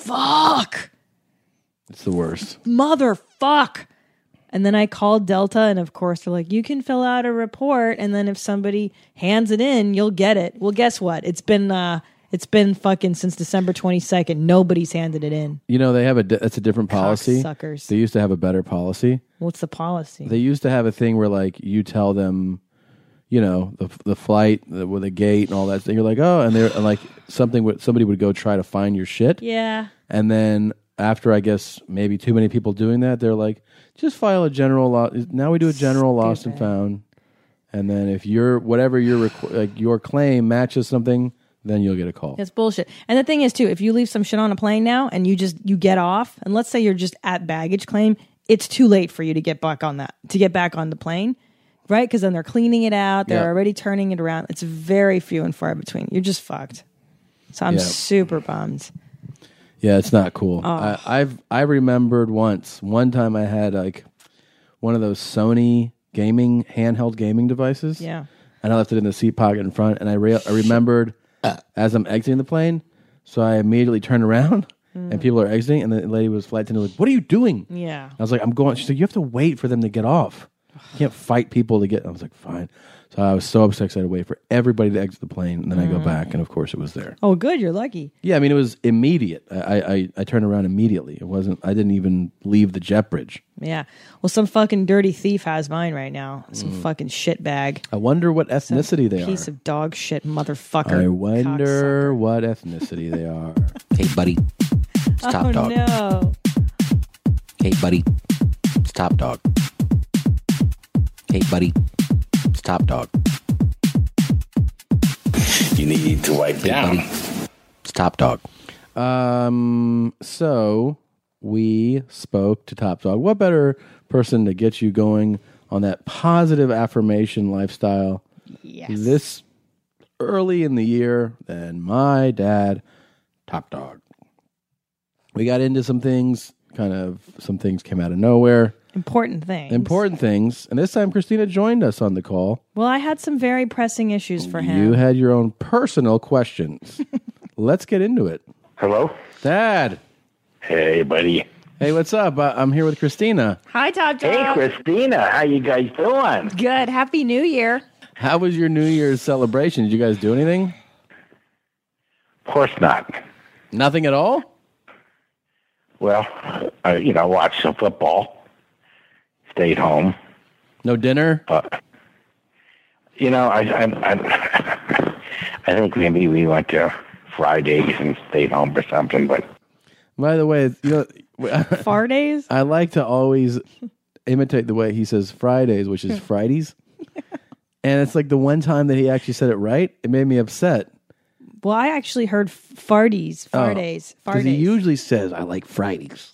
fuck It's the worst. motherfuck. And then I called Delta, and of course, they're like, you can fill out a report, and then if somebody hands it in, you'll get it. Well, guess what? It's been uh, it's been fucking since December twenty second. Nobody's handed it in. You know, they have a, di- that's a different policy. Cocksuckers. They used to have a better policy. What's the policy? They used to have a thing where like you tell them, you know, the the flight, the, with the gate, and all that. thing. You're like, oh, and they're and like something. Would, somebody would go try to find your shit. Yeah. And then after I guess maybe too many people doing that, they're like, just file a general loss. Now we do a general lost and found, and then if your whatever your requ- like your claim matches something, then you'll get a call. That's bullshit. And the thing is, too, if you leave some shit on a plane now and you just you get off, and let's say you're just at baggage claim, it's too late for you to get back on that to get back on the plane, right? Because then they're cleaning it out, they're Yeah. already turning it around. It's very few and far between. You're just fucked. So I'm Yeah. super bummed. Yeah, it's not cool. Oh. I, I've I remembered once. One time I had like one of those Sony gaming handheld gaming devices. Yeah. and I left it in the seat pocket in front. And I re- I remembered as I'm exiting the plane, so I immediately turned around. And people are exiting, and the lady was flight attendant like, "What are you doing?" Mm. Yeah. I was like, "I'm going." She said, "You have to wait for them to get off. You can't fight people to get." I was like, "Fine." So I was so upset 'cause I had to wait for everybody to exit the plane, and then Mm. I go back, and of course it was there. Oh, good. You're lucky. Yeah, I mean it was immediate. I, I I turned around immediately. It wasn't. I didn't even leave the jet bridge. Yeah. Well, some fucking dirty thief has mine right now. Some Mm. fucking shit bag. I wonder what ethnicity they Piece are. of dog shit, motherfucker. I wonder what ethnicity they are. Hey, buddy. Cocksucker. oh no. Hey, buddy. It's Top Dog. Hey, buddy. It's Top Dog. You need to wipe down. It's Top Dog. Um. So we spoke to Top Dog. What better person to get you going on that positive affirmation lifestyle? Yes. This early in the year than my dad, Top Dog. We got into some things, kind of, some things came out of nowhere. Important thing. Important things. And this time, Christina joined us on the call. Well, I had some very pressing issues for him. You had your own personal questions. Let's get into it. Hello? Dad. Hey, buddy. Hey, what's up? Uh, I'm here with Christina. Hi, Top Dog. Hey, Christina. How you guys doing? Good. Happy New Year. How was your New Year's celebration? Did you guys do anything? Of course not. Nothing at all? Well, I, you know, watched some football, stayed home. No dinner? Uh, you know, I, I, I, I think maybe we went to Fridays and stayed home or something, but. By the way, you know, Far days? I like to always imitate the way he says Fridays, which is Fridays. and it's like the one time that he actually said it right, it made me upset. Well, I actually heard farties, Oh. fardays, oh, Because he usually says, I like Fridays.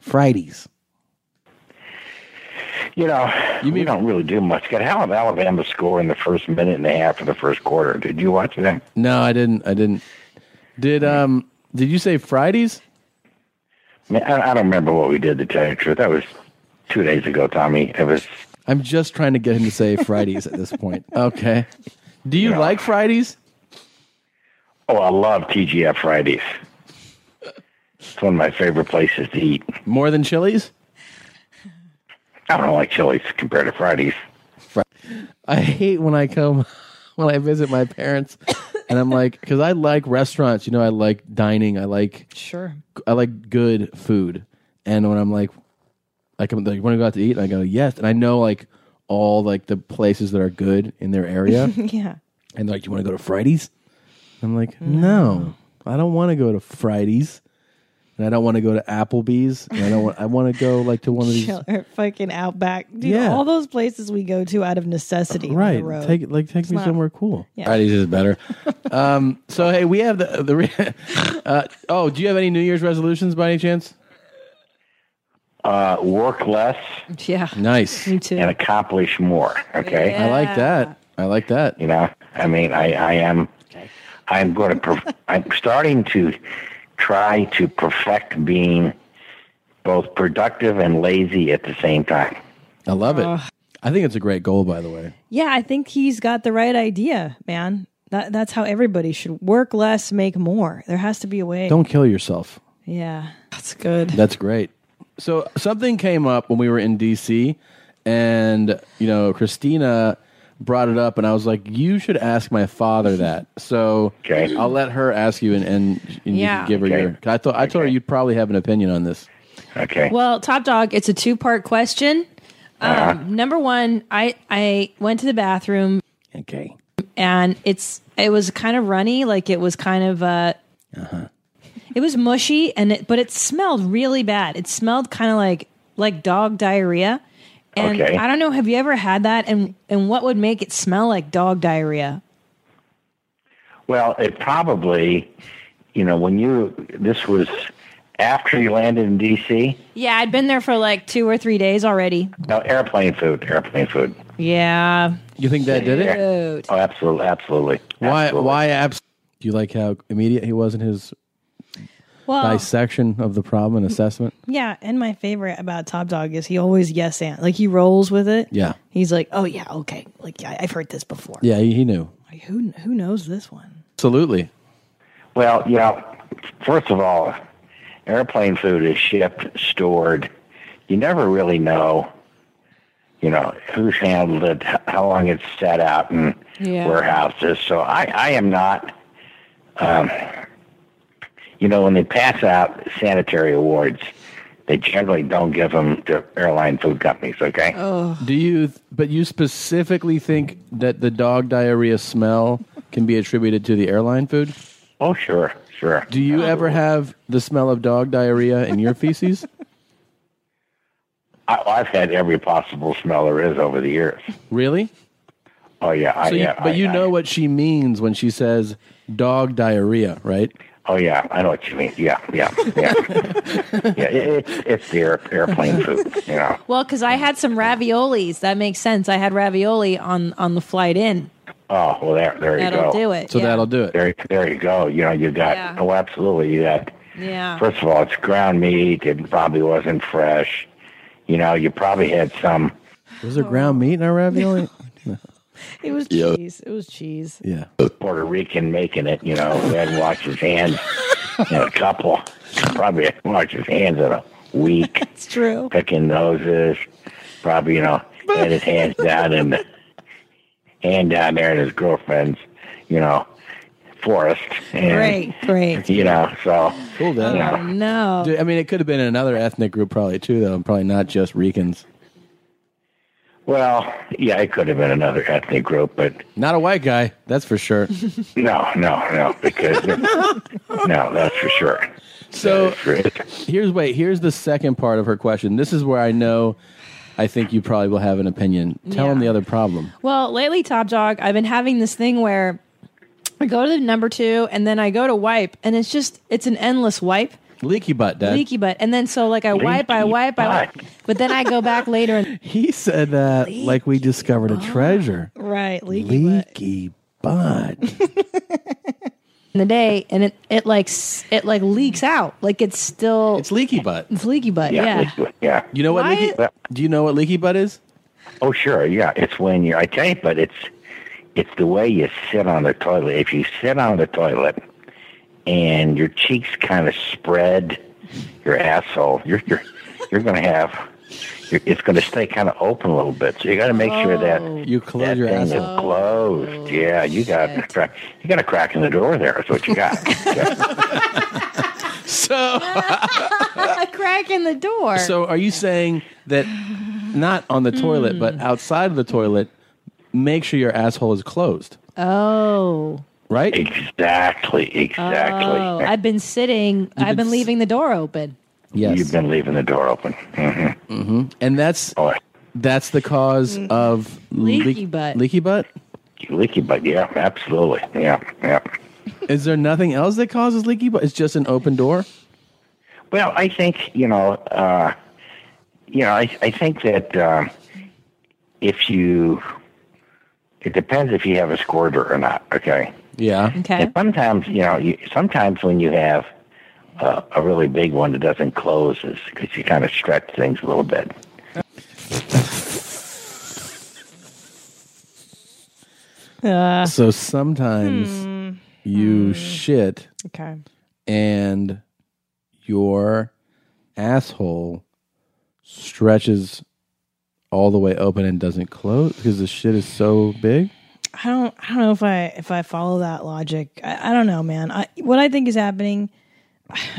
Fridays. You know, we don't really do much. Got hell of Alabama score in the first minute and a half of the first quarter. Did you watch that? No, I didn't. I didn't. Did um did you say Fridays? Man, I, I don't remember what we did to tell you the truth. That was two days ago, Tommy. It was I'm just trying to get him to say Fridays at this point. Okay. Do you like Fridays? oh, I love TGF Fridays. It's one of my favorite places to eat. More than Chili's? I don't like Chili's compared to Fridays. I hate when I come when I visit my parents and I'm like cuz I like restaurants, you know I like dining, I like Sure. I like good food. And when I'm like like I'm like you want to go out to eat and I go yes and I know like all like the places that are good in their area. yeah. And they're like, "Do you want to go to Fridays?" I'm like, "No, I don't want to go to Fridays, and I don't want to go to Applebee's, and I don't want. I want to go like to one of these. Chill- or fucking Outback. Dude, Yeah. all those places we go to out of necessity. On Right, the road. take it- like take It's me not- somewhere cool. Yeah. Fridays is better. um, so hey, we have the the. Re- uh, oh, do you have any New Year's resolutions by any chance? Uh, work less Yeah. Nice. Me too. and accomplish more. Okay, I like that. I like that. You know, I mean, I, I am, I'm going to, perf- I'm starting to try to perfect being both productive and lazy at the same time. I love it. I think it's a great goal, by the way. Yeah, I think he's got the right idea, man. That, that's how everybody should work less, make more. There has to be a way. Don't kill yourself. Yeah, that's good. That's great. So something came up when we were in DC, and you know Christina brought it up, and I was like, "You should ask my father that." So I'll let her ask you, and and, and Yeah. you can give her Okay. your. 'cause I thought I told her you'd probably have an opinion on this. Okay. Well, top dog, it's a two part question. Um, Number one, I I went to the bathroom. Okay. And it's it was kind of runny, like it was kind of uh, it was mushy, and it but it smelled really bad. It smelled kind of like like dog diarrhea. And Okay. I don't know, have you ever had that? And and what would make it smell like dog diarrhea? Well, it probably, you know, when you, this was after you landed in D.C., Yeah, I'd been there for like two or three days already. no, airplane food, airplane food. Yeah. You think that did it? Dude. Oh, absolutely, absolutely. Why? Why? Abs- Do you like how immediate he was in his Well, dissection of the problem and assessment? Yeah, and my favorite about Top Dog is he always yes and like he rolls with it. Yeah. He's like, oh yeah, okay, like yeah, I've heard this before. Yeah, he, he knew Like, who who knows this one? absolutely. Well, you know, first of all, airplane food is shipped, stored. You never really know, you know, who's handled it, h- how long it's sat out in Yeah. warehouses. So I, I am not, um, you know, when they pass out sanitary awards, they generally don't give them to airline food companies, okay? Do you? But you specifically think that the dog diarrhea smell can be attributed to the airline food? Oh, sure, sure. Do you ever have the smell of dog diarrhea in your feces? I, I've had every possible smell there is over the years. Really? Oh, yeah. I, So you- yeah but I- you I- know what she means when she says dog diarrhea, right? Oh yeah, I know what you mean. Yeah, yeah, yeah, yeah. It, it's it's the air, airplane food, you know. Well, because I had some raviolis. That makes sense. I had ravioli on on the flight in. Oh well, there there you That'll go. do it, So yeah. that'll do it. There, there you go. You know, you got Yeah. oh, absolutely. You got Yeah. first of all, it's ground meat. It probably wasn't fresh. You know, you probably had some. Was there ground meat in our ravioli? It was Yeah. cheese. It was cheese. Yeah. Puerto Rican making it. You know, he hadn't washed his hands in a couple. Probably hadn't washed his hands in a week. It's true. picking noses. Probably, you know, had his hands down in the hand down there in his girlfriend's, you know, forest. And, Great, great. You know, so cool, Dad. Oh, no. Dude, I mean, it could have been another ethnic group, probably too, though. Probably not just Ricans. Well, yeah, it could have been another ethnic group, but not a white guy, that's for sure. no, no, no, because no, that's for sure. So That here's wait. Here's the second part of her question. This is where I know. I think you probably will have an opinion. Tell him the other problem. Well, lately, Top Dog, I've been having this thing where I go to the number two and then I go to wipe, and it's just it's an endless wipe. Leaky butt, Dad. Leaky butt. And then so like I wipe, I Leaky wipe, I wipe. But then I go back later and He said that like we discovered a treasure. right, leaky Leaky butt. in the day and it, it like s- it like leaks out. Like it's still It's leaky butt. It's leaky butt, yeah. yeah. You know what? Why- Leaky, do you know what leaky butt is? Oh, sure. Yeah, it's when you. I tell you, but it's it's the way you sit on the toilet. If you sit on the toilet and your cheeks kind of spread, your asshole, you're you're you're going to have. You're, it's going to stay kind of open a little bit, so you got to make sure that you close that your thing is asshole. closed. Yeah, you got a crack. You got a crack in the door. There is what you got. So a crack in the door. So are you saying that not on the toilet, but outside of the toilet, make sure your asshole is closed, Oh. right? Exactly. Exactly. Oh, I've been sitting. I've been leaving the door open. Yes. You've been leaving the door open. Mm-hmm. Oh, hmm And that's that's the cause of Mm. Leaky butt. Leaky butt. Leaky butt. Yeah, absolutely. Yeah, yeah. Is there nothing else that causes leaky butt? It's just an open door. Well, I think you know, uh, you know, I, I think that um, if you, it depends if you have a squirter or not. Okay. Yeah. And sometimes you know, you, sometimes when you have uh, a really big one that doesn't close, is because you kind of stretch things a little bit. Uh, so sometimes you shit. Hmm. Okay. And your asshole stretches all the way open and doesn't close because the shit is so big. I don't. I don't know if I if I follow that logic. I, I don't know, man. I, what I think is happening,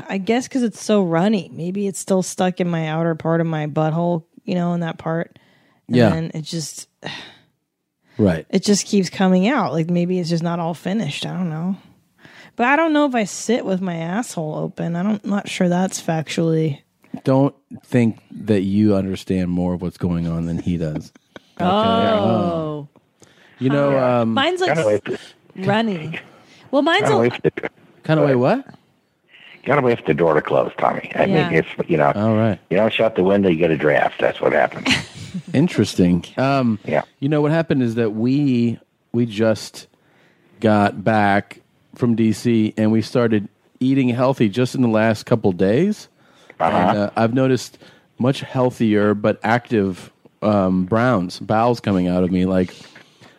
I guess, because it's so runny. Maybe it's still stuck in my outer part of my butthole. You know, in that part. And Yeah. then it just Right. it just keeps coming out. Like maybe it's just not all finished. I don't know. But I don't know if I sit with my asshole open. I don't. I'm not sure that's factually. Don't think that you understand more of what's going on than he does. uh, Oh. You know, um, Mine's like runny. Well, mine's Gotta a, wait for the- Kind of wait, what? Gotta wait for the door to close, Tommy. I Yeah. mean, it's you know, all right. You don't shut the window, you get a draft. That's what happens. Interesting. Um, yeah. You know what happened is that we we just got back from DC and we started eating healthy just in the last couple days. Uh-huh. And, uh, I've noticed much healthier but active um, browns bowels coming out of me. Like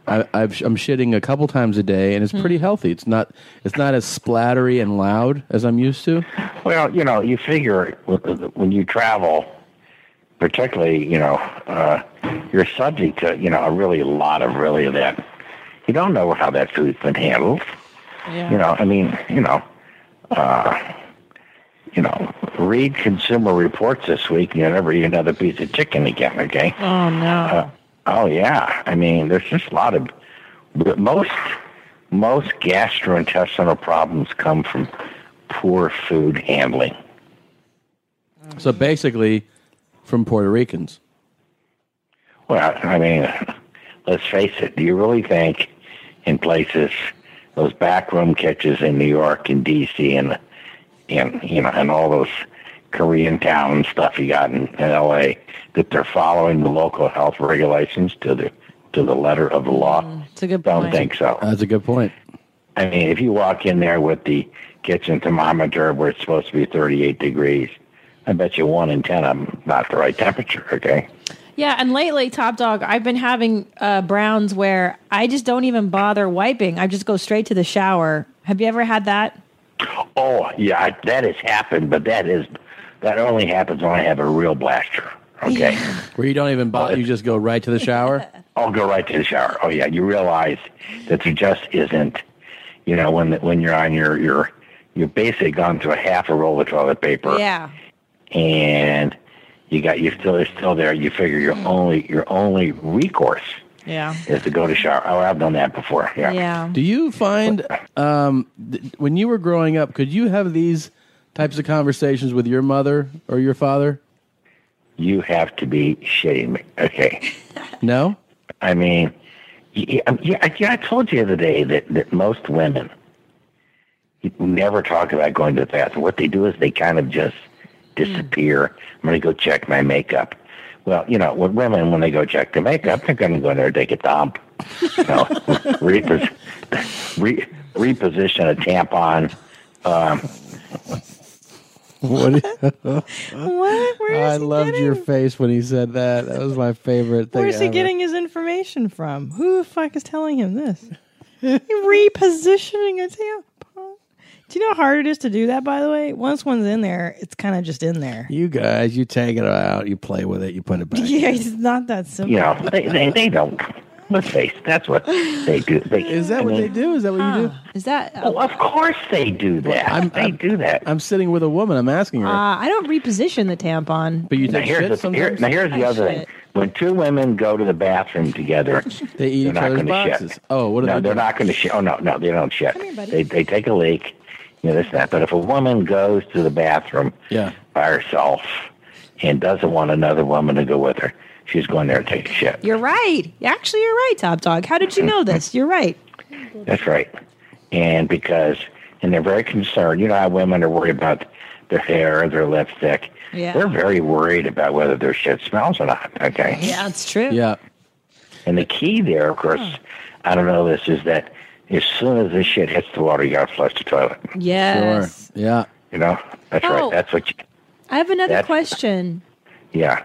I, I've, I'm shitting a couple times a day, and it's pretty healthy. It's not it's not as splattery and loud as I'm used to. Well, you know, you figure when you travel, particularly, you know, uh, you're subject to, you know, a really lot of really of that. You don't know how that food's been handled. You know, I mean, you know, uh, you know, read Consumer Reports this week, and you'll never eat another piece of chicken again. Okay. Oh no. Uh, oh yeah. I mean, there's just a lot of but most most gastrointestinal problems come from poor food handling. So basically, from Puerto Ricans. Well, I mean, let's face it. Do you really think in places those backroom kitchens in New York and D.C. and and you know and all those Korean town and stuff you got in, in L.A. that they're following the local health regulations to the to the letter of the law. It's a good Don't point. think so. That's a good point. I mean, if you walk in there with the kitchen thermometer where it's supposed to be 38 degrees, I bet you one in 10 of them not the right temperature, okay? Yeah, and lately, Top Dog, I've been having uh, browns where I just don't even bother wiping. I just go straight to the shower. Have you ever had that? Oh, yeah, I- that has happened, but that is that only happens when I have a real blaster, okay? Where you don't even bother, you just go right to the shower. I'll go right to the shower. Oh yeah, you realize that there just isn't, you know, when when you're on your your you're basically gone through a half a roll of toilet paper, Yeah. and you got you still you're still there. You figure your only your only recourse Yeah. is to go to shower. Oh, I've done that before. Yeah. Do you find um, th- when you were growing up, could you have these types of conversations with your mother or your father? You have to be shitting me. Okay. No. I mean, yeah, yeah, I- yeah, I told you the other day that, that most women never talk about going to the bathroom. What they do is they kind of just disappear. I'm going to go check my makeup. Well, you know, with women, when they go check their makeup, they're going to go in there and take a dump. You know, repos- re- reposition a tampon. Um, What? what? I loved your face when he said that. That was my favorite thing. Where's he ever. getting his information from? Who the fuck is telling him this? Repositioning a tampon. Do you know how hard it is to do that? By the way, once one's in there, it's kind of just in there. You guys, you take it out, you play with it, you put it back. Yeah, it's not that simple. you know, they, they, they don't. Let's face it, that's what they do. They, Is that what they do? Is that what you do? Is that? Oh, of course they do that. they do that. I'm sitting with a woman. I'm asking her. Uh, I don't reposition the tampon. But you now take here's shit the, here- sometimes? now here's the I other shit. thing. When two women go to the bathroom together, they eat they're each not other's gonna boxes. Shit. Oh, what are no, they they're doing? not going to shit. Oh no, no, they don't shit. here, buddy. They they take a leak. You know this and that. But if a woman goes to the bathroom Yeah. by herself and doesn't want another woman to go with her, she's going there to take a shit. You're right. Actually, you're right, Top Dog. How did you know this? You're right. That's right. And because, and they're very concerned. You know how women are worried about their hair, their lipstick. Yeah. They're very worried about whether their shit smells or not. Okay. Yeah, it's true. Yeah. And the key there, of course, I don't know this, is that as soon as this shit hits the water, you got to flush the toilet. Yes. Sure. Yeah. You know, that's Oh. right. That's what you, I have another That's- question. yeah.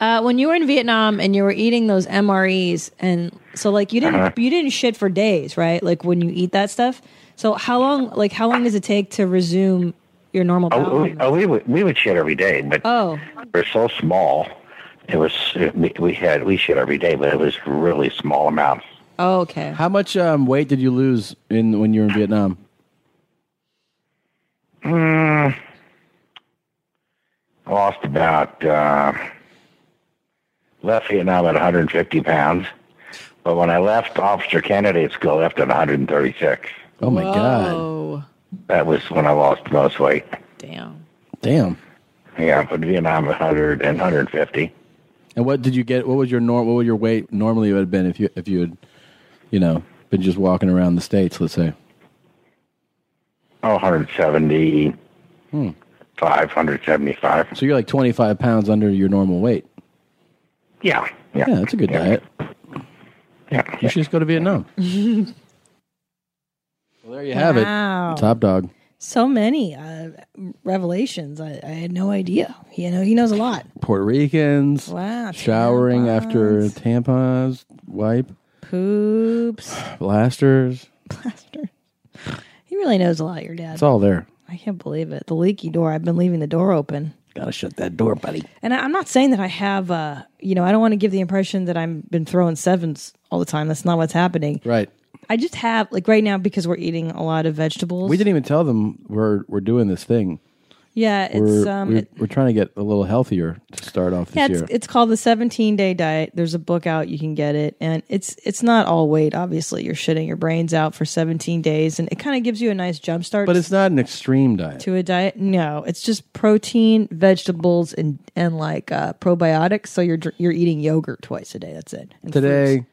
Uh, when you were in Vietnam and you were eating those MREs, and so like you didn't Uh-huh. you didn't shit for days, right? Like when you eat that stuff. So how long like how long does it take to resume your normal bowel? Oh, we, oh, we would we would shit every day, but Oh. we're so small. It was we, we had we shit every day, but it was really small amounts. Oh, okay. How much um, weight did you lose in when you were in Vietnam? Mm, I lost about uh, left Vietnam at 150 pounds, but when I left Officer Kennedy School, I left at 136. Oh my god! Oh, That was when I lost most weight. damn. Damn. Yeah, but Vietnam 100 and 150. And what did you get? What was your norm? What would your weight normally would have been if you if you had, you know, been just walking around the states? Let's say. Oh, 170, Hmm. 575. So you're like 25 pounds under your normal weight. Yeah, yeah, Yeah, that's a good diet. Yeah. You should just go to Vietnam. well, there you have Wow. it. Top dog. So many uh, revelations. I, I had no idea. You know, he knows a lot. Puerto Ricans. Wow, Showering after tampons, wipe, Poops. blasters. He really knows a lot. Your dad. It's all there. I can't believe it. The leaky door. I've been leaving the door open. Gotta shut that door, buddy. And I, I'm not saying that I have, uh, you know, I don't want to give the impression that I'm been throwing sevens all the time. That's not what's happening. Right. I just have like right now because we're eating a lot of vegetables. We didn't even tell them we're we're doing this thing. Yeah, it's we're, um, we're, it- we're trying to get a little healthier to start off this yeah, it's, year. it's called the 17 day diet. There's a book out. You can get it, and it's it's not all weight. Obviously, you're shitting your brains out for 17 days, and it kind of gives you a nice jump start. but it's not an extreme diet. to a diet. No, it's just protein, vegetables, and and like uh, probiotics. So you're dr- you're eating yogurt twice a day. That's it. And Today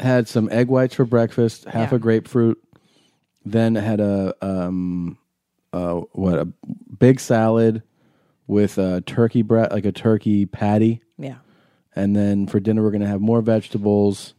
had some egg whites for breakfast, half Yeah. a grapefruit, then had a um uh what a big salad with a turkey bre- like a turkey patty. Yeah. And then for dinner we're going to have more vegetables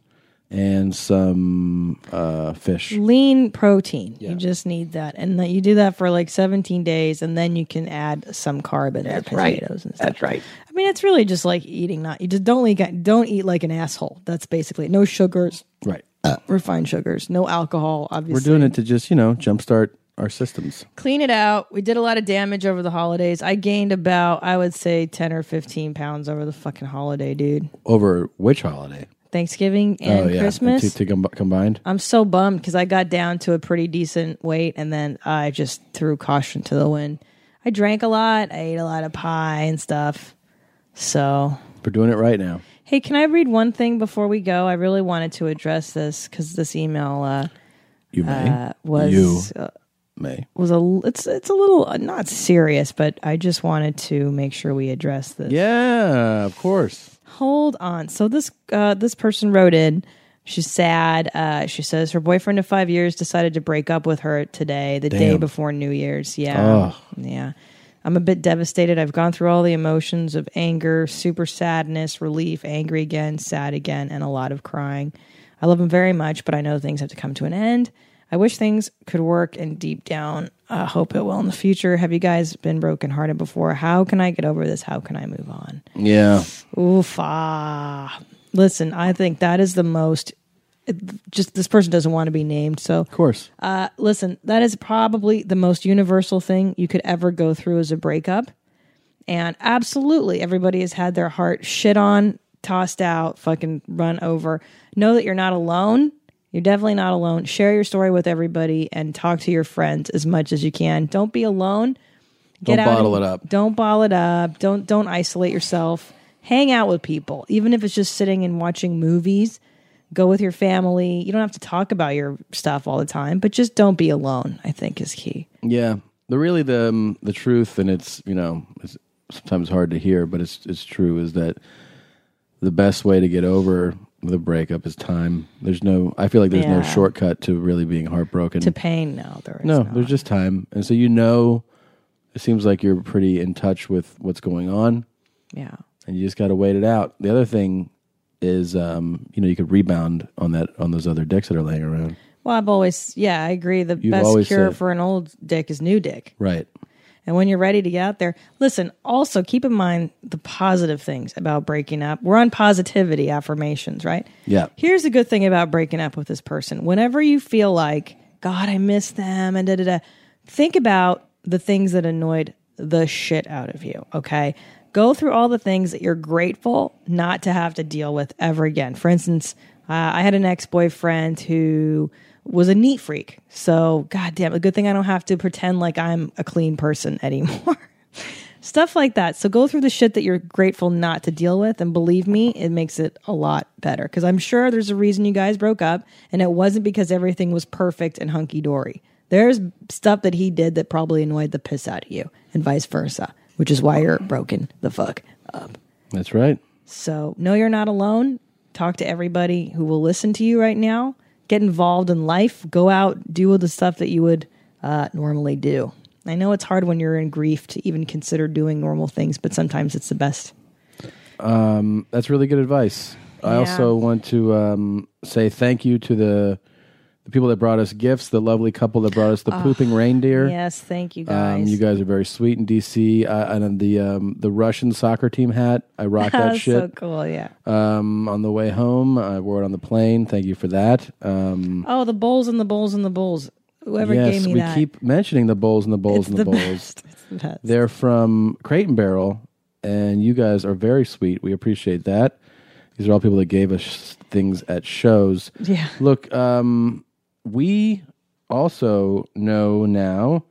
and some uh, fish. lean protein. You just need that, and that you do that for like 17 days, and then you can add some carb in there, That's right. potatoes and stuff. That's right. I mean, it's really just like eating. Not you just don't eat. Don't eat like an asshole. That's basically it. no sugars, Right. refined sugars, no alcohol. Obviously, We're doing it to just you know jumpstart our systems. clean it out. We did a lot of damage over the holidays. I gained about, I would say, 10 or 15 pounds over the fucking holiday, dude. Over which holiday? Thanksgiving and the Christmas. Oh, Uh, two, two com- combined. I'm so bummed because I got down to a pretty decent weight and then I just threw caution to the wind. I drank a lot. I ate a lot of pie and stuff. So, We're doing it right now. hey, can I read one thing before we go? I really wanted to address this because this email uh, You may. uh, was you uh, may. was a it's it's a little uh, not serious, but I just wanted to make sure we address this. Yeah, of course. Hold on. So this uh, this person wrote in. She's sad. Uh, she says her boyfriend of five years decided to break up with her today, the day Damn. before New Year's. Yeah, Ugh. yeah. I'm a bit devastated. I've gone through all the emotions of anger, super sadness, relief, angry again, sad again, and a lot of crying. I love him very much, but I know things have to come to an end. I wish things could work, and deep down, I hope it will in the future. Have you guys been brokenhearted before? How can I get over this? How can I move on? Yeah. Oof. Ah. Listen, I think that is the most. it- Just this person doesn't want to be named. So, of course. Uh, listen, that is probably the most universal thing you could ever go through as a breakup. And absolutely, everybody has had their heart shit on, tossed out, fucking run over. Know that you're not alone. You're definitely not alone. Share your story with everybody and talk to your friends as much as you can. Don't be alone. Don't bottle and- it up. Don't bottle it up. Don't don't isolate yourself. Hang out with people, even if it's just sitting and watching movies. Go with your family. You don't have to talk about your stuff all the time, but just don't be alone. I think is key. Yeah, the really the um, the truth, and it's you know it's sometimes hard to hear, but it's it's true is that the best way to get over the breakup is time. There's no, I feel like there's no Yeah. shortcut to really being heartbroken. To pain, no, there is Mm. no, not. there's just time, and so you know, it seems like you're pretty in touch with what's going on, Yeah. and you just got to wait it out. The other thing is, um, you know, you could rebound on that on those other dicks that are laying around, Well, I've always, yeah, I agree. The You've best always cure said- for an old dick is new dick. right? And when you're ready to get out there, listen, also keep in mind the positive things about breaking up. We're on positivity affirmations, right? Yeah. Here's the good thing about breaking up with this person. Whenever you feel like, God, I miss them, and da da da, think about the things that annoyed the shit out of you, okay? Go through all the things that you're grateful not to have to deal with ever again. For instance, uh, I had an ex boyfriend who was a neat freak. So, goddamn, a good thing I don't have to pretend like I'm a clean person anymore. Stuff like that. So go through the shit that you're grateful not to deal with. And believe me, it makes it a lot better. Because I'm sure there's a reason you guys broke up. And it wasn't because everything was perfect and hunky dory. There's stuff that he did that probably annoyed the piss out of you, and vice versa, which is why you're broken the fuck up. That's right. So know you're not alone. Talk to everybody who will listen to you right now. Get involved in life. Go out, do all the stuff that you would uh, normally do. I know it's hard when you're in grief to even consider doing normal things, but sometimes it's the best. Um, that's really good advice. I Yeah. also want to um, say thank you to the the people that brought us gifts, the lovely couple that brought us the Ah, pooping reindeer. Yes, thank you guys. Um, you guys are very sweet in DC. Uh, and then the um, the Russian soccer team hat, I rock that shit. so cool, yeah. Um, on the way home, I wore it on the plane. Thank you for that. Um, Oh, the bowls and the bowls and the bowls. Wowhoever yes, gave me we that. keep mentioning the bowls and the It's bowls and the, the bowls. the best. They're from Crate and Barrel, and you guys are very sweet. We appreciate that. These are all people that gave us things at shows. Yeah. Look, um, we also know now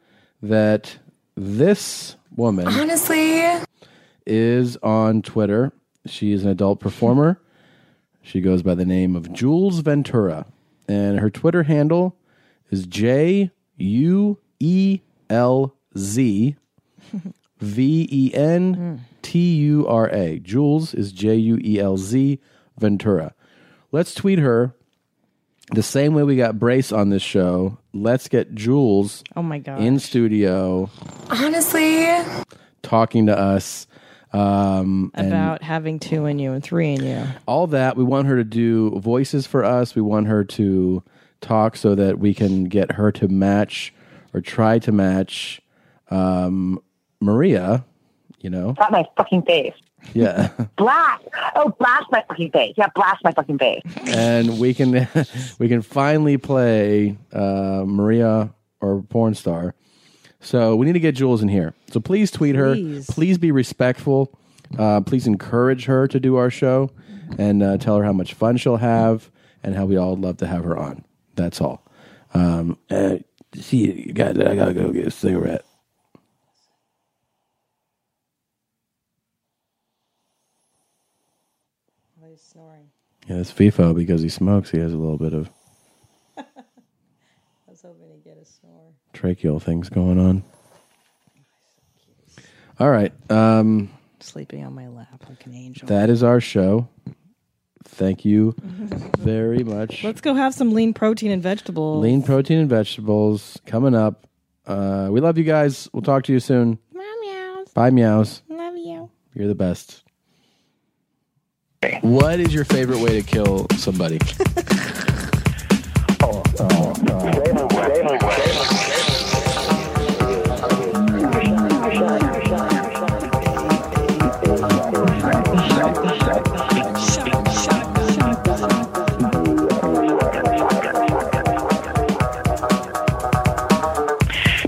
that this woman Honestly, is on Twitter. She is an adult performer. She goes by the name of Jules Ventura, and her Twitter handle is J U E L Z V E N T U R A. Jules is J U E L Z Ventura. Let's tweet her the same way we got Brace on this show. Let's get Jules oh my god in studio honestly, talking to us. Um, and about having two in you and three in you. all that. We want her to do voices for us. We want her to talk so that we can get her to match or try to match um, Maria. You know, Not my fucking face. yeah, Blast! Oh, blast my fucking face. Yeah, blast my fucking face. and we can we can finally play uh, Maria or porn star. So we need to get Jules in here. So please tweet her. Please. be respectful. Uh, please encourage her to do our show and uh, tell her how much fun she'll have and how we all would love to have her on. That's all. Um, uh, see you guys. I gotta go get a cigarette. snoring. Yeah, it's FIFO because he smokes. He has a little bit of I was hoping to get a snore. tracheal things going on. All right. Um, Sleeping on my lap like an angel. that is our show. Thank you very much. Let's go have some lean protein and vegetables. Lean protein and vegetables coming up. Uh, we love you guys. We'll talk to you soon. meows. Bye, meows. Love you. You're the best. What is your favorite way to kill somebody?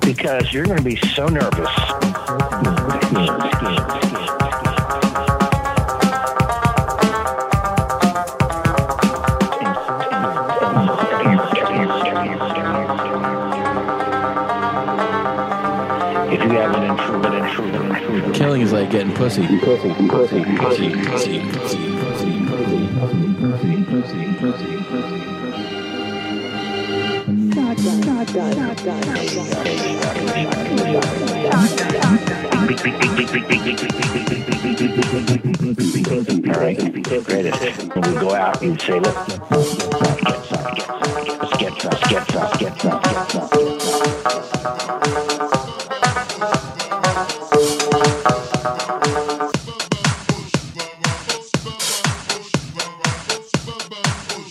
because you're going to be so nervous. If you haven't improved, improved, improved. Killing is like getting pussy. Pussy, pussy, pussy, pussy, All right, great. When we go out and say, let's get some, get some, get some, get some, get some, get some.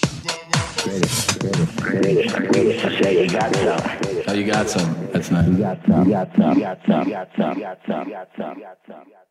Greatest, greatest, greatest, greatest. Say you got some. Oh, you got some. That's nice. You got some. You got some. You got some. You got some. You got some. You got some.